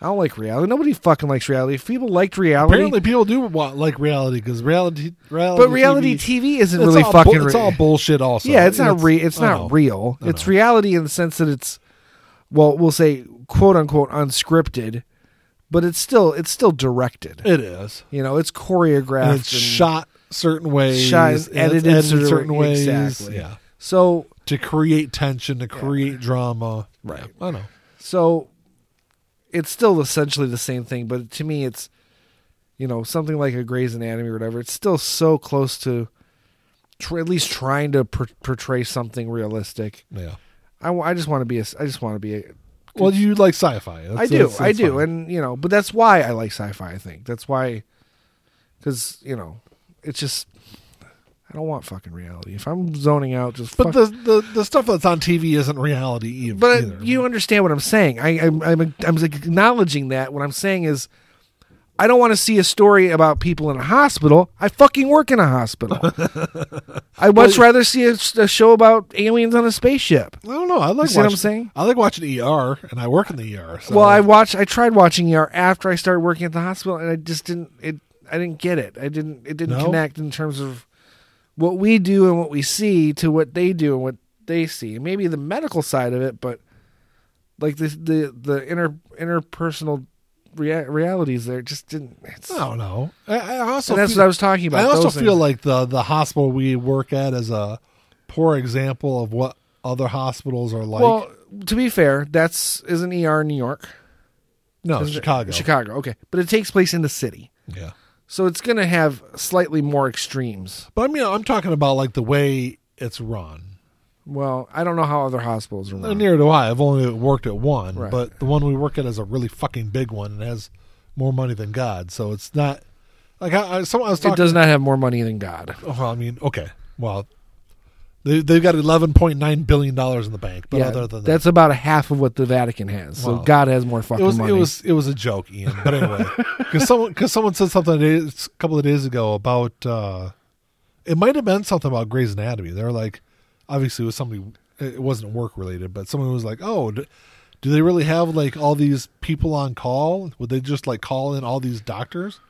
I don't like reality. Nobody fucking likes reality. If people liked reality,
Apparently, people do want like reality because reality, reality,
but reality
TV,
TV, isn't
it's
really
all bu-
fucking.
it's
re-
all bullshit. Also,
yeah, it's not re- it's
I know.
not real.
I
It's
know.
reality in the sense that it's well, we'll say quote unquote unscripted, but it's still it's still directed.
It is.
You know, it's choreographed.
And it's
and-
shot certain ways,
Shines
and it's
edited certain way- exactly.
yeah,
So
to create tension, to create drama.
Right.
Yeah, I know.
So it's still essentially the same thing, but to me, it's you know something like a Grey's Anatomy or whatever. It's still so close to tr- at least trying to per- portray something realistic.
Yeah.
I wa- I just want to be a s- I just want to be a
Well, you like sci-fi. That's-
I do
that's-
I
that's
do,
fine.
and you know, but that's why I like sci-fi. I think that's why because you know it's just. I don't want fucking reality. If I'm zoning out, just
but
fuck
the, the the stuff that's on TV isn't reality either.
But
either.
you understand what I'm saying. I, I'm, I'm I'm acknowledging that. What I'm saying is, I don't want to see a story about people in a hospital. I fucking work in a hospital. I'd much rather see a, a show about aliens on a spaceship.
I don't know. I like
see what I'm
watching-
saying?
I like watching ER, and I work in the ER. So
Well, I watched. I tried watching ER after I started working at the hospital, and I just didn't. It. I didn't get it. I didn't. It didn't
No?
connect in terms of what we do and what we see to what they do and what they see. Maybe the medical side of it, but like the the the inner interpersonal rea- realities there just didn't. It's,
I don't know. I, I also
and that's
feel,
what I was talking about.
I also
those
feel
things.
like the the hospital we work at is a poor example of what other hospitals are like.
Well, to be fair, that's is an ER in New York,
no,
Is it-
Chicago.
Chicago. Okay, but it takes place in the city,
Yeah,
so it's going to have slightly more extremes.
but I mean, I'm talking about like the way it's run.
Well, I don't know how other hospitals are
No,
run.
near do I. I've only worked at one,
Right.
but the one we work at is a really fucking big one and has more money than God. So it's not like I, I, someone I was
it
talking.
does not have more money than God.
Well, I mean, okay, well, they they've got 11.9 billion dollars in the bank, but
yeah,
other than that,
that's about a half of what the Vatican has. So
Well,
God has more
it
fucking
was
money.
it was it was a joke, Ian. But anyway, because someone because someone said something days, a couple of days ago about uh, it might have been something about Grey's Anatomy. They were like, obviously, it was somebody. It wasn't work related, but someone was like, "Oh, do, do they really have like all these people on call? Would they just like call in all these doctors?"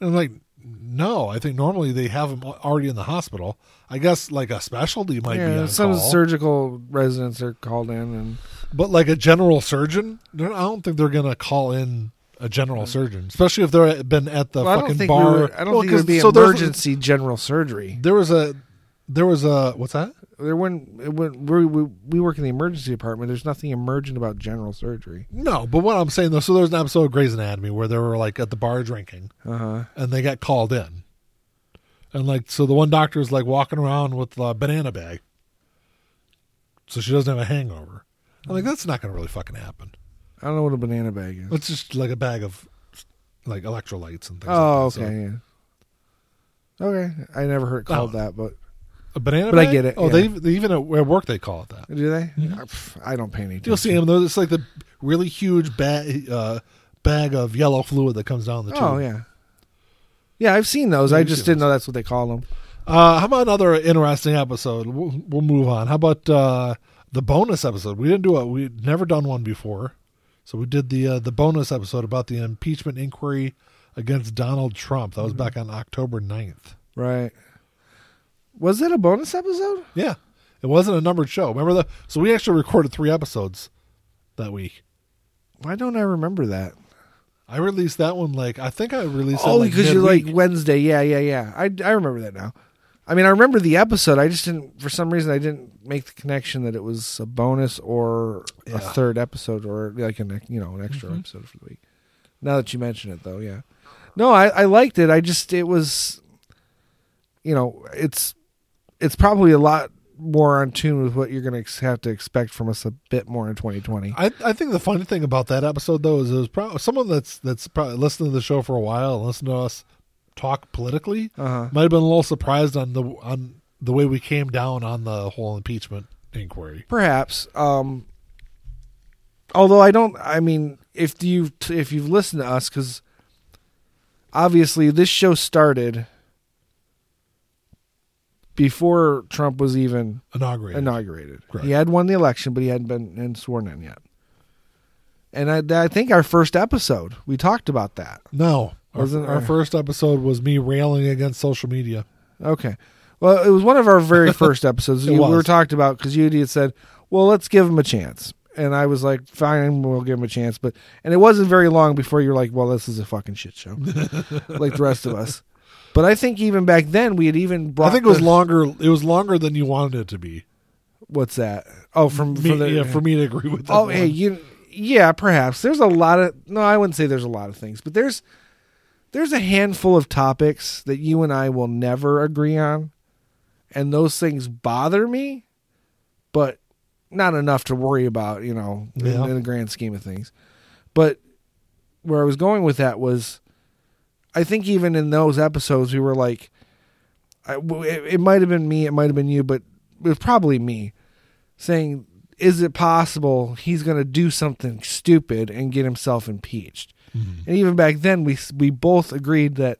And I'm like, "No, I think normally they have them already in the hospital. I guess like a specialty might be
yeah,
on
some
call,
surgical residents are called in, and
but like a general surgeon, they're- I don't think they're gonna call in a general surgeon, especially if they're at- been at the
Well, I don't
fucking
think we
bar.
were- I don't
Well,
think it would
'cause-
be
so there's-
emergency general surgery.
There was a, there was a what's that?
There wouldn't. It wouldn't we, we we work in the emergency department. There's nothing emergent about general surgery.
No, but what I'm saying though, so there was an episode of Grey's Anatomy where they were like at the bar drinking,
Uh huh.
and they got called in, and like so the one doctor is like walking around with a banana bag, so she doesn't have a hangover. I'm like, that's not gonna really fucking happen.
I don't know what a banana bag is.
It's just like a bag of like electrolytes and things.
Oh,
like that.
okay.
So- Oh.
yeah. Okay, I never heard it called that, but
A banana
But I
bag?
get it,
Oh,
yeah.
they, they even at where work they call it that.
do they? Uh, pff, I don't pay any. Attention.
You'll see them though. It's like the really huge bag uh, bag of yellow fluid that comes down the tube.
Oh yeah, yeah. I've seen those. I
you've
just
seen
didn't know that's what they call them.
Uh, how about another interesting episode? We'll, we'll move on. How about uh, the bonus episode? We didn't do a We'd never done one before, so we did the uh, the bonus episode about the impeachment inquiry against Donald Trump. That was
Mm-hmm.
back on October 9th.
Right. Was that a bonus episode?
Yeah, it wasn't a numbered show. Remember the? So we actually recorded three episodes that week.
Why don't I remember that?
I released that one like I think I released. that,
Oh, because you're
midweek.
like Wednesday. Yeah, yeah, yeah. I, I remember that now. I mean, I remember the episode. I just didn't, for some reason, I didn't make the connection that it was a bonus or
Yeah. Mm-hmm.
a third episode or like an you know an extra episode for the week. Now that you mention it, though, yeah. No, I, I liked it. I just it was, you know, it's it's probably a lot more on tune with what you're going to have to expect from us a bit more in 2020.
I, I think the funny thing about that episode though is it was probably someone that's that's probably listened to the show for a while and listened to us talk politically
Uh-huh.
might have been a little surprised on the on the way we came down on the whole impeachment inquiry.
perhaps um although i don't i mean if you if you've listened to us because obviously this show started before trump was even
Inaugurated.
inaugurated
Correct.
he had won the election but he hadn't been and sworn in yet and I, that- I think our first episode we talked about that
no. Our,
Wasn't
our
there-
first episode was me railing against social media.
Okay. Well, it was one of our very first episodes.
It
we
was.
were talked about because you had said, "Well, let's give him a chance," and I was like, "Fine, we'll give him a chance." But and it wasn't very long before you're like, "Well, this is a fucking shit show," like the rest of us. But I think even back then we had even brought.
I think it was
the-
longer. It was longer than you wanted it to be.
What's that? Oh, from,
Me,
from the,
yeah, for me to agree with. That
Oh,
one.
hey, you. Yeah, perhaps there's a lot of no. I wouldn't say there's a lot of things, but there's there's a handful of topics that you and I will never agree on, and those things bother me, but not enough to worry about, you know, in-
Yeah.
in, the grand scheme of things. But where I was going with that was, I think even in those episodes we were like, I, w- it, it might have been me, it might have been you, but it was probably me saying, "Is it possible he's going to do something stupid and get himself impeached?" And even back then, we we both agreed that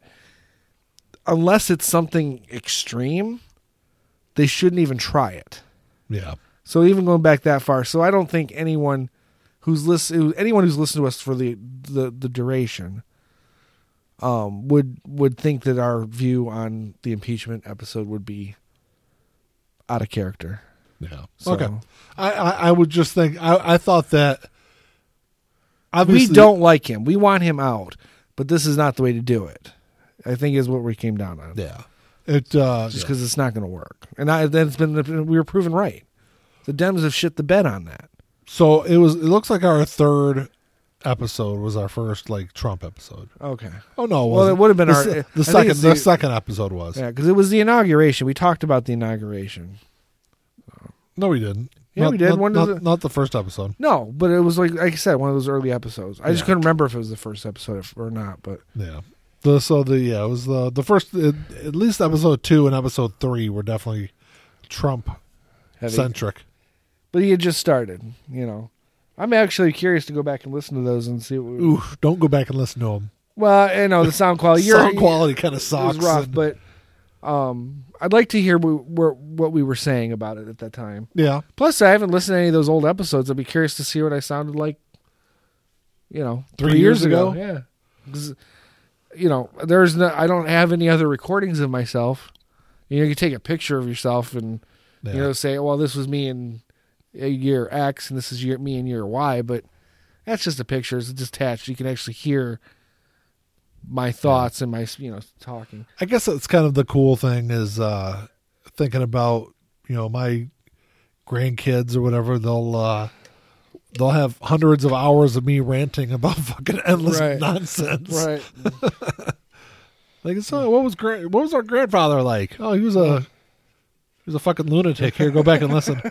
unless it's something extreme, they shouldn't even try it.
yeah,
So even going back that far, so I don't think anyone who's listen anyone who's listened to us for the the, the duration um would would think that our view on the impeachment episode would be out of character.
yeah.
So-
okay, I, I I would just think I I thought that. Obviously,
we don't like him. We want him out, but this is not the way to do it. I think is what we came down on.
Yeah, it uh,
Just because it's not going to work, and I, that's been we were proven right. The Dems have shit the bed on that.
So it was. It looks like our third episode was our first like Trump episode.
Okay,
Oh no! It
Well, it
wasn't.
would've been
the,
our-
se- the
I think
second.
it's
The,
the-
second episode was.
yeah, because it was the inauguration. We talked about the inauguration.
No, we didn't.
Yeah,
Not-
we did.
Not,
When did
not,
the-
not the first episode.
No, but it was like like I said, one of those early episodes. I just
Yeah.
couldn't remember if it was the first episode or not. But
Yeah. The, so the yeah it was the the first at at least episode two and episode three were definitely Trump
heavy.
centric.
but he had just started. You know, I'm actually curious to go back and listen to those and see. What,
Ooh, don't go back and listen to them.
Well, you know, the sound quality. you're-
Sound quality kind of
it was
sucks.
rough,
and-
but um, I'd like to hear we, where, what we were saying about it at that time.
yeah,
Plus, I haven't listened to any of those old episodes. I'd be curious to see what I sounded like, you know,
Three
three,
years
years,
ago?
ago. Yeah, 'Cause, you know, there's no, I don't have any other recordings of myself. You know, you take a picture of yourself and
yeah.
you know say, well, this was me in uh, year X and this is year, me in year Y, but that's just a picture. It's detached. You can actually hear my thoughts and my you know talking.
I guess that's kind of the cool thing is uh, thinking about you know my grandkids or whatever. They'll uh, they'll have hundreds of hours of me ranting about fucking endless
Right.
nonsense.
Right.
Like, so what was grand? What was our grandfather like? Oh, he was a he was a fucking lunatic. Here, go back and listen.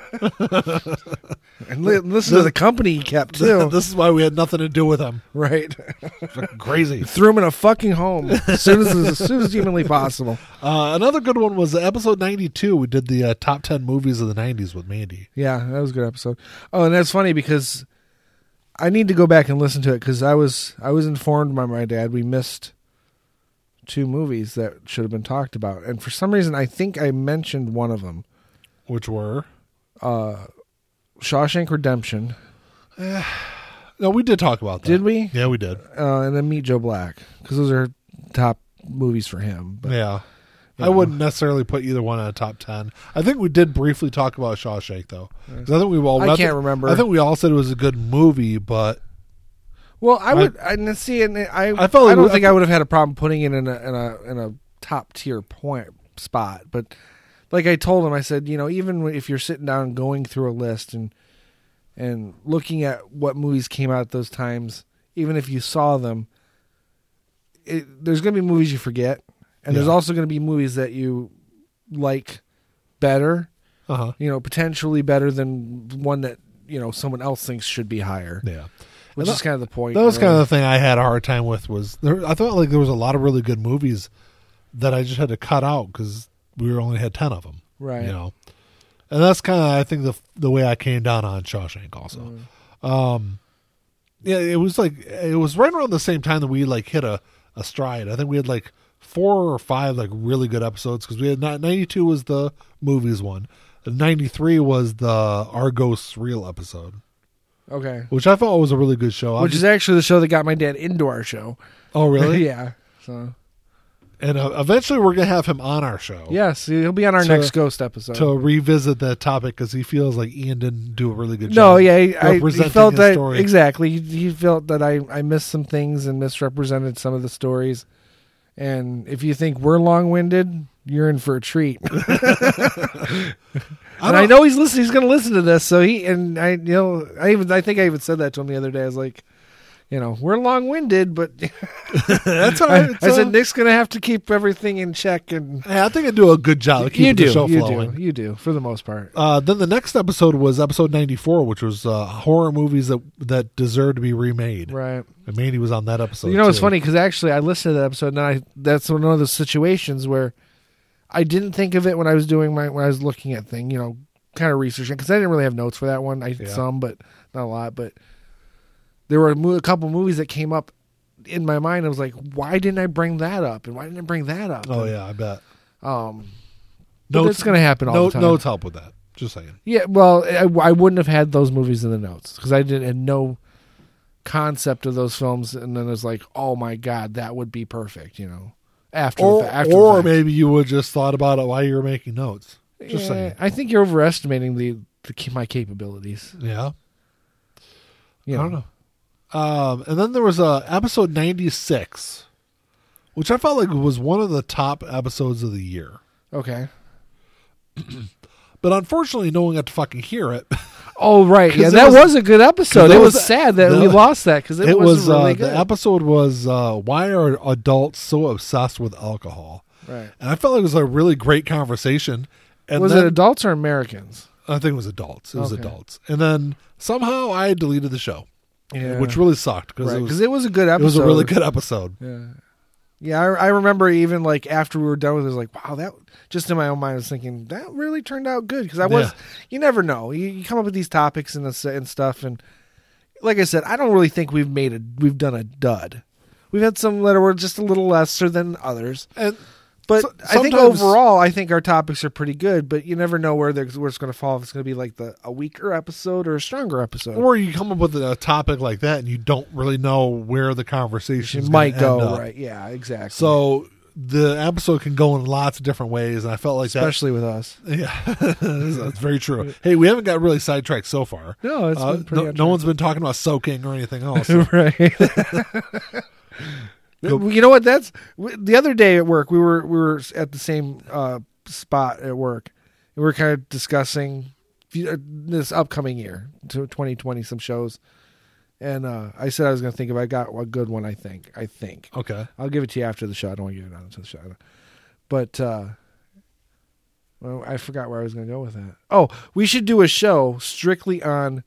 And li- listen to the company he kept too.
this is why we had nothing to do with him.
right.
Fucking crazy.
Threw him in a fucking home as soon as as soon as humanly possible.
Uh, another good one was episode ninety two. We did the uh, top ten movies of the nineties with Mandy.
Yeah, that was a good episode. Oh, and that's funny because I need to go back and listen to it because I was I was informed by my dad we missed two movies that should have been talked about, and for some reason I think I mentioned one of them,
Which were
uh, Shawshank Redemption.
no, we did talk about that.
Did we?
Yeah, we did.
Uh, and then Meet Joe Black because those are top movies for him. But
yeah. I
you know.
wouldn't necessarily put either one on a top ten. I think we did briefly talk about Shawshank though, 'Cause I think we all.
I
think-
can't remember.
I think we all said it was a good movie, but
Well, I would I, and see, and I,
I
I,
felt like
don't
we-
think I would have had a problem putting it in a in a in a top tier point spot. But like I told him, I said, you know, even if you're sitting down and going through a list and and looking at what movies came out at those times, even if you saw them, it, there's going to be movies you forget, and there's
Yeah.
also going to be movies that you like better,
uh-huh.
you know, potentially better than one that you know someone else thinks should be higher,
yeah,
which is kind of the point.
that was
really.
kind of the thing I had a hard time with. Was there, I thought like there was a lot of really good movies that I just had to cut out because we were only had ten of them,
right.
you know. And that's kind of I think the the way I came down on Shawshank also.
Mm.
Um, yeah, it was like it was right around the same time that we like hit a, a stride. I think we had like four or five like really good episodes because we had not ninety two was the movies one, ninety three was the Argos real episode,
Okay.
which I thought was a really good show. I'm
Which is actually the show that got my dad into our show.
just- oh really?
yeah. So
And uh, eventually we're gonna have him on our show.
yes, he'll be on our
To-
next ghost episode.
To revisit that topic because he feels like Ian didn't do a really good
no,
job.
yeah, he- I, he
representing
felt
his
that
story.
exactly. He, he felt that I I missed some things and misrepresented some of the stories, And if you think we're long winded, you're in for a treat. and I
don't-
know he's listening. He's going to listen to this. So he and I, you know, I even I think I even said that to him the other day. I was like, you know, we're long winded, but
That's all right.
I,
It's,
I said
uh,
Nick's going to have to keep everything in check. And
yeah, I think I do a good job of keeping
you do,
the show
you
flowing.
do, you do, for the most part.
Uh, then the next episode was episode 94, which was uh, horror movies that that deserve to be remade.
Right.
And Mandy was on that episode.
you know, it's
too.
funny because actually, I listened to that episode, and I that's one of those situations where I didn't think of it when I was doing my when I was looking at thing, you know, kind of researching because I didn't really have notes for that one. I had
Yeah.
some, but not a lot. But there were a, mo- a couple movies that came up in my mind. I was like, why didn't I bring that up? And why didn't I bring that up?
Oh yeah, I bet.
Um, but
Notes-
that's going to happen all
No,
the time.
notes help with that. Just saying.
Yeah, well, I, I wouldn't have had those movies in the notes because I didn't had no concept of those films, and then it's like, oh my god, that would be perfect, you know. After the
Or,
fa- after
or
the fact.
maybe you would just thought about it while you were making notes. Just
Yeah,
saying.
I think you're overestimating the, the ca- my capabilities.
Yeah.
You
I don't know. Um, and then there was uh, episode 96, which I felt like was one of the top episodes of the year.
Okay.
But unfortunately, no one got to fucking hear it.
Oh right, yeah,
'Cause it
that was,
was-
a good episode.
'cause it
It was,
was-
sad that
that
we
was-
lost that because it,
It, was,
really
uh,
good.
the episode was uh, why are adults so obsessed with alcohol?
right.
And I felt like it was a really great conversation. And
was
then,
it adults or Americans?
I think it was adults. It was
Okay.
adults. And then somehow I deleted the show,
Yeah,
which really sucked because
because
it,
it,
was,
was a good episode.
it was a really good episode.
Yeah. Yeah, I, I remember even like after we were done with it, I was like, wow, that just in my own mind, I was thinking that really turned out good because I was,
Yeah.
you never know. You, you come up with these topics and, this, and stuff. And like I said, I don't really think we've made a, we've done a dud. We've had some that were just a little lesser than others.
And
But
So-
I think
sometimes-
overall, I think our topics are pretty good, but you never know where they're, where it's going to fall. If it's going to be like the a weaker episode or a stronger episode.
or you come up with a topic like that and you don't really know where the conversation
it might go,
right.
right. Yeah, exactly.
So the episode can go in lots of different ways, and I felt like
especially with us.
that. Yeah, that's very true. Hey, we haven't got really sidetracked so far.
No, it's
Uh,
been pretty
no,
on
no one's been talking about soaking or anything else.
right.
Go-
You know what? That's w- the other day at work. We were we were at the same uh, spot at work, and we were kind of discussing fu- uh, this upcoming year, to 2020, some shows. And uh, I said I was going to think if I got a good one. I think I think
okay.
I'll give it to you after the show. I don't want to give it out until the show. But uh, well, I forgot where I was going to go with that. Oh, we should do a show strictly on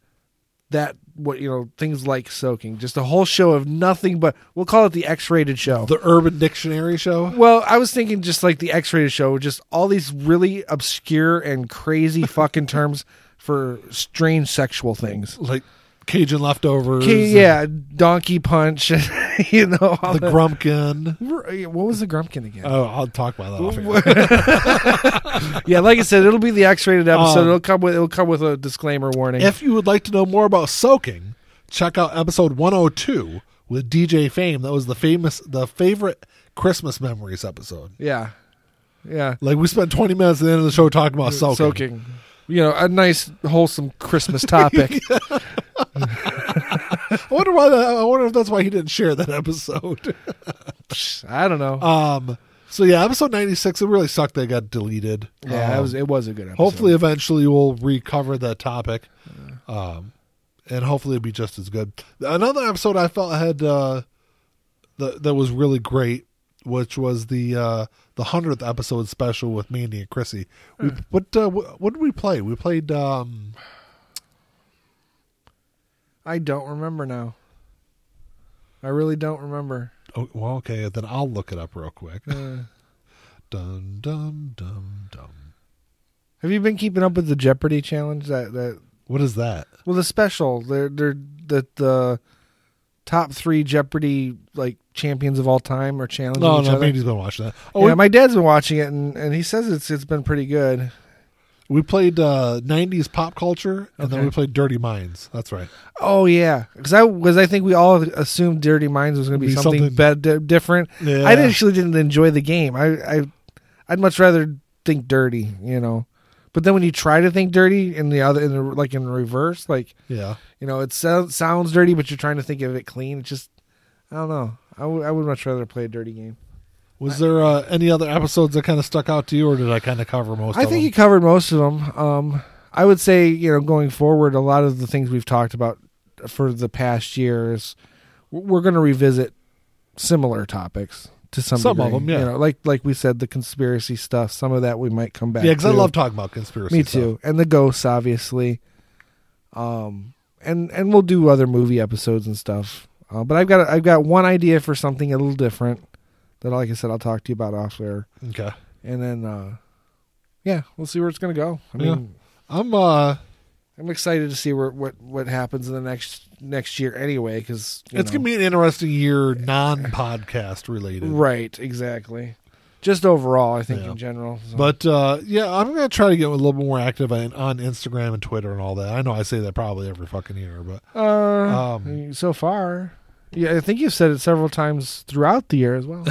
that. What you know, things like soaking. Just a whole show of nothing but. We'll call it the X-rated show.
The Urban Dictionary show.
well, I was thinking just like the X-rated show, just all these really obscure and crazy fucking terms for strange sexual things.
like Cajun leftovers.
Okay, yeah, donkey punch, you know. all
The Grumpkin.
that. what was the Grumpkin again?
Oh, I'll talk about that. Off air.
yeah, like I said, it'll be the X-rated episode.
Um,
it'll come with it'll come with a disclaimer warning.
If you would like to know more about soaking, check out episode 102 with DJ Fame. That was the famous, the favorite Christmas memories episode.
yeah, yeah,
Like we spent 20 minutes at the end of the show talking about soaking.
soaking. You know, a nice wholesome Christmas topic.
I wonder why. That, I wonder if that's why he didn't share that episode.
I don't know.
Um. So yeah, episode 96. It really sucked that it got deleted.
yeah,
Um,
it was it was a good episode.
Hopefully, eventually we'll recover that topic, um, and hopefully it'll be just as good. Another episode I felt had uh, that that was really great, which was the uh, the hundredth episode special with Mandy and Chrissy. We,
Hmm.
what uh, wh- what did we play? We played. Um,
I don't remember now. I really don't remember.
oh, well, okay, then I'll look it up real quick.
Hmm.
Dum dum dum dum.
Have you been keeping up with the Jeopardy challenge? That that
What is that?
well, the special. They're they're the the top three Jeopardy like champions of all time or challenging
No,
each
no,
other.
Mandy's been watching that. Oh,
yeah,
we,
my dad's been watching it, and, and he says it's it's been pretty good.
we played uh, '90s pop culture, and then
Okay.
we played Dirty Minds. That's right.
Oh yeah, because I was I think we all assumed Dirty Minds was going to be,
Be
something,
something-
bad- di- different.
Yeah.
I actually didn't enjoy the game. I, I I'd much rather think dirty, you know. But then when you try to think dirty in the other in the, like in reverse, like
Yeah.
you know it sounds sounds dirty, but you're trying to think of it clean. It's just I don't know. I would I would much rather play a dirty game.
Was there uh, any other episodes that kind of stuck out to you, or did I kind of cover most?
I
of
think
them?
he covered most of them. Um, I would say, you know, going forward, a lot of the things we've talked about for the past years, we're going to revisit similar topics to some
Some of
degree.
them, yeah.
You know, like like we said, the conspiracy stuff. Some of that we might come back.
yeah, because I
to.
love talking about conspiracy.
me
stuff.
too, and the ghosts, obviously. Um, and and we'll do other movie episodes and stuff. Uh, but I've got I've got one idea for something a little different that, like I said, I'll talk to you about off air
Okay,
and then uh yeah we'll see where it's gonna go i
Yeah.
mean
I'm uh,
i'm excited to see where what what happens in the next next year anyway because
it's gonna be an interesting year, non-podcast related.
right exactly just overall i think
Yeah.
in general so.
But uh, yeah, I'm gonna try to get a little bit more active on, on Instagram and Twitter and all that. I know I say that probably every fucking year, but
uh
um,
so far yeah i think you've said it several times throughout the year as well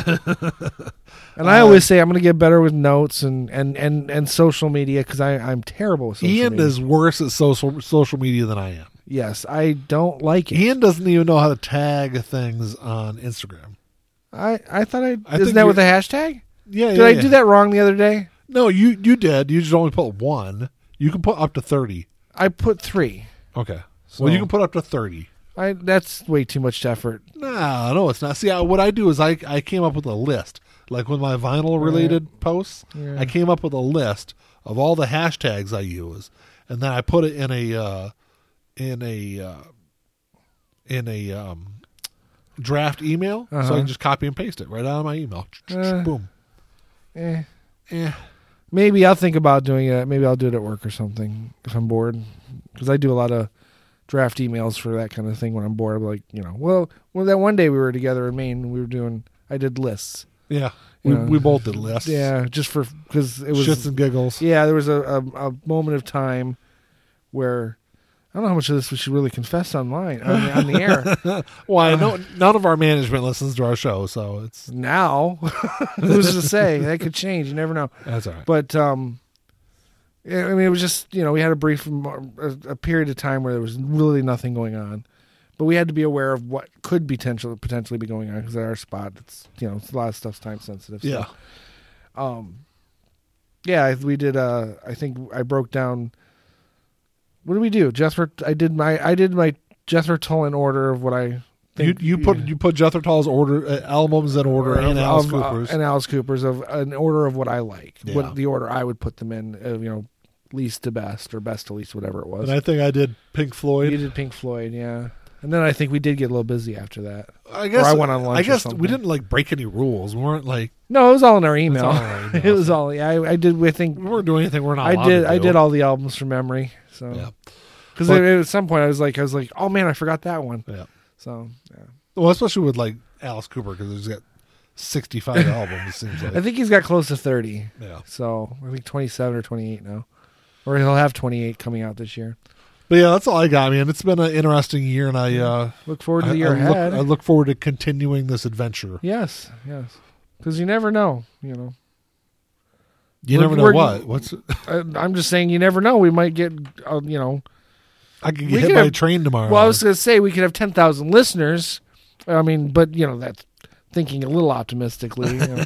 and i
Uh,
always say i'm gonna get better with notes and and and, and social media because i i'm terrible with social
Ian
media.
is worse at social social media than I am.
yes i don't like it
Ian doesn't even know how to tag things on Instagram.
i i thought i,
I think
isn't that with a
you're-
hashtag
Yeah,
did
yeah,
i
yeah.
do that wrong the other day
No, you you did. You just only put one. You can put up to thirty.
I put three.
Okay.
So-
well, you can put up to thirty.
I that's way too much effort.
No, no, it's not. See, I, what I do is I I came up with a list, like with my vinyl related posts.
Yeah.
I came up with a list of all the hashtags I use, and then I put it in a uh, in a uh, in a um, draft email, so I
Uh-huh.
can just copy and paste it right out of my email.
Uh.
Boom.
Eh.
Eh.
Maybe I'll think about doing it. Maybe I'll do it at work or something if I'm bored, because I do a lot of draft emails for that kind of thing when I'm bored. I'm like, you know, well, well, that one day we were together in Maine, and we were doing. I did lists.
Yeah. We,
Yeah.
we both did lists.
Yeah, just for because it was.
Shits and giggles.
yeah, there was a, a a moment of time where I don't know how much of this we should really confess online on the, on the air
Why? no, none of our management listens to our show, so it's
now. Who's to say that could change? You never know.
that's all right.
but um yeah, i mean it was just you know we had a brief a, a period of time where there was really nothing going on but we had to be aware of what could potential potentially be going on because at our spot it's you know it's a lot of stuff's time sensitive so,
yeah.
um yeah I- we did uh i think i broke down what did we do jethro i did my i did my jethro tull in order of what i
You
think-
you put you put Jethro Tull's order uh, albums in order and
of-
Alice
of, uh,
Cooper's.
and Alice Cooper's of an order of what I like,
Yeah.
what the order I would put them in, of, you know, least to best or best to least, whatever it was.
and I think I did Pink Floyd.
you did Pink Floyd, yeah, and then I think we did get a little busy after that.
I guess
I went on lunch
I
or
guess
something.
we didn't like break any rules. We weren't like
No, it was all in our email.
all in our email,
it was all. Yeah, I, I did. I think
we weren't doing anything. We're not.
I
allowed
did.
to
I
do.
did all the albums from memory. So
Yeah.
because
But-
at some point I was like, I was like, oh man, I forgot that one.
Yeah.
So yeah.
Well, especially with like Alice Cooper because he's got sixty five albums. It seems
I
like.
think he's got close to thirty.
Yeah.
So I think twenty seven or twenty eight now, or he'll have twenty eight coming out this year.
But yeah, that's all I got, man. It's been an interesting year, and I uh,
Look forward to
I,
the year
I look,
ahead.
I look forward to continuing this adventure.
Yes, yes. Because you never know, you know.
You
We're-
never know
we're-
what. What's
I, I'm just saying, you never know. We might get, uh, you know.
I could
We
get hit
could
by
have-
a train tomorrow.
Well, I was going to say we could have ten thousand listeners. I mean, but you know that's thinking a little optimistically. You know.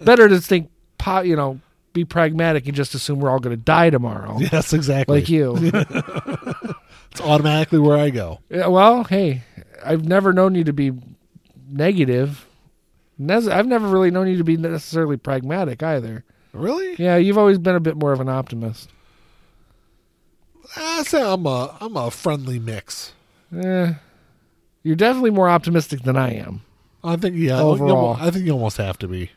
Better to think, po- you know, be pragmatic and just assume we're all going to die tomorrow,
yes, exactly.
like you.
it's automatically where I go.
Yeah, well, hey, I've never known you to be negative. Nez- I've never really known you to be necessarily pragmatic either.
Really?
Yeah, you've always been a bit more of an optimist.
I say I'm a I'm a friendly mix.
Eh, you're definitely more optimistic than I am.
I think yeah. you
Overall.
almo- I think you almost have to be.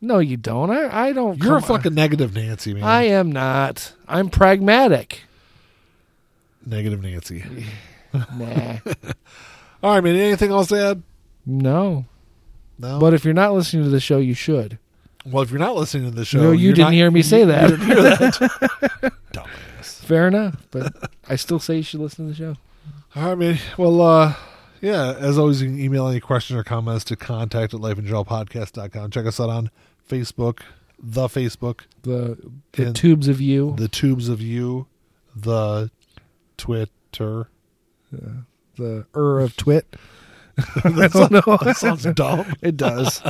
No, you don't. I, I don't.
You're a
come on.
fucking negative Nancy, man.
I am not. I'm pragmatic.
negative Nancy.
nah.
All right, man. Anything else to add?
No.
No.
But if you're not listening to the show, you should.
well, if you're not listening to the show,
no, you
you're
didn't
not-
hear me say that.
Dumbass.
Fair enough. But I still say you should listen to the show.
All right, man. Well, uh, yeah. As always, you can email any questions or comments to contact at lifeandjoelpodcast.com. Check us out on Facebook, the Facebook,
The, the
And
tubes of you.
the Tubes of You, the Twitter.
the er of twit. Oh,
that sounds, that sounds dumb.
It does.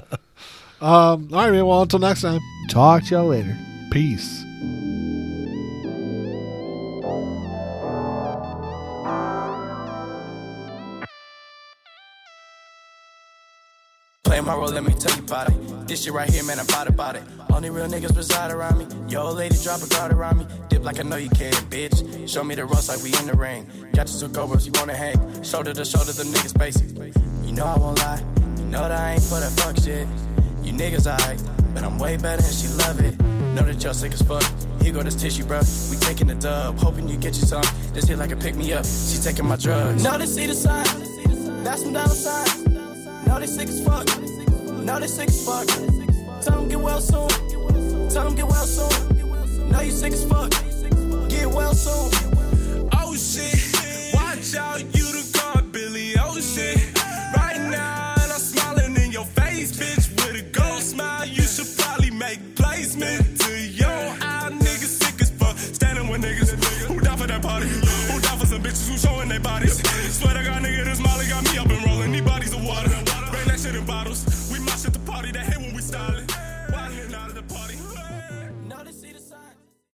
Um, all right, man. Well, until next time,
Talk to y'all later.
peace.
Play my role, let me tell you about it. This shit right here, man, I'm about about it. Only real niggas reside around me. Yo, old lady, drop a guard around me. Dip like I know you can, bitch. Show me the ropes like we in the ring. Got you two cobras, you wanna hang. Shoulder to shoulder, them niggas basic. You know I won't lie. You know that I ain't for that fuck shit. You niggas alright, but I'm way better and she love it. Know that y'all sick as fuck. Here go this tissue, bro. We taking the dub, hoping you get you some. This hit like a pick me up. She taking my drugs. Know they see the sign. That's some dollar signs. Now they sick as fuck. Now they sick as fuck. Tell them get well soon. Tell them get well soon. Now you sick as fuck. Get well soon.
Oh shit, watch out, you the god, Billy Ocean. Right now, and I'm smiling in your face, bitch. With a gold smile, you should probably make placement. To your eye, niggas sick as fuck. Standing with niggas who die for that party, who die for some bitches who showing their bodies. Swear to God, nigga, this Molly got me up and rolling. These bodies of water, bring that shit in bottles. We mosh at the party, they hate when we styling.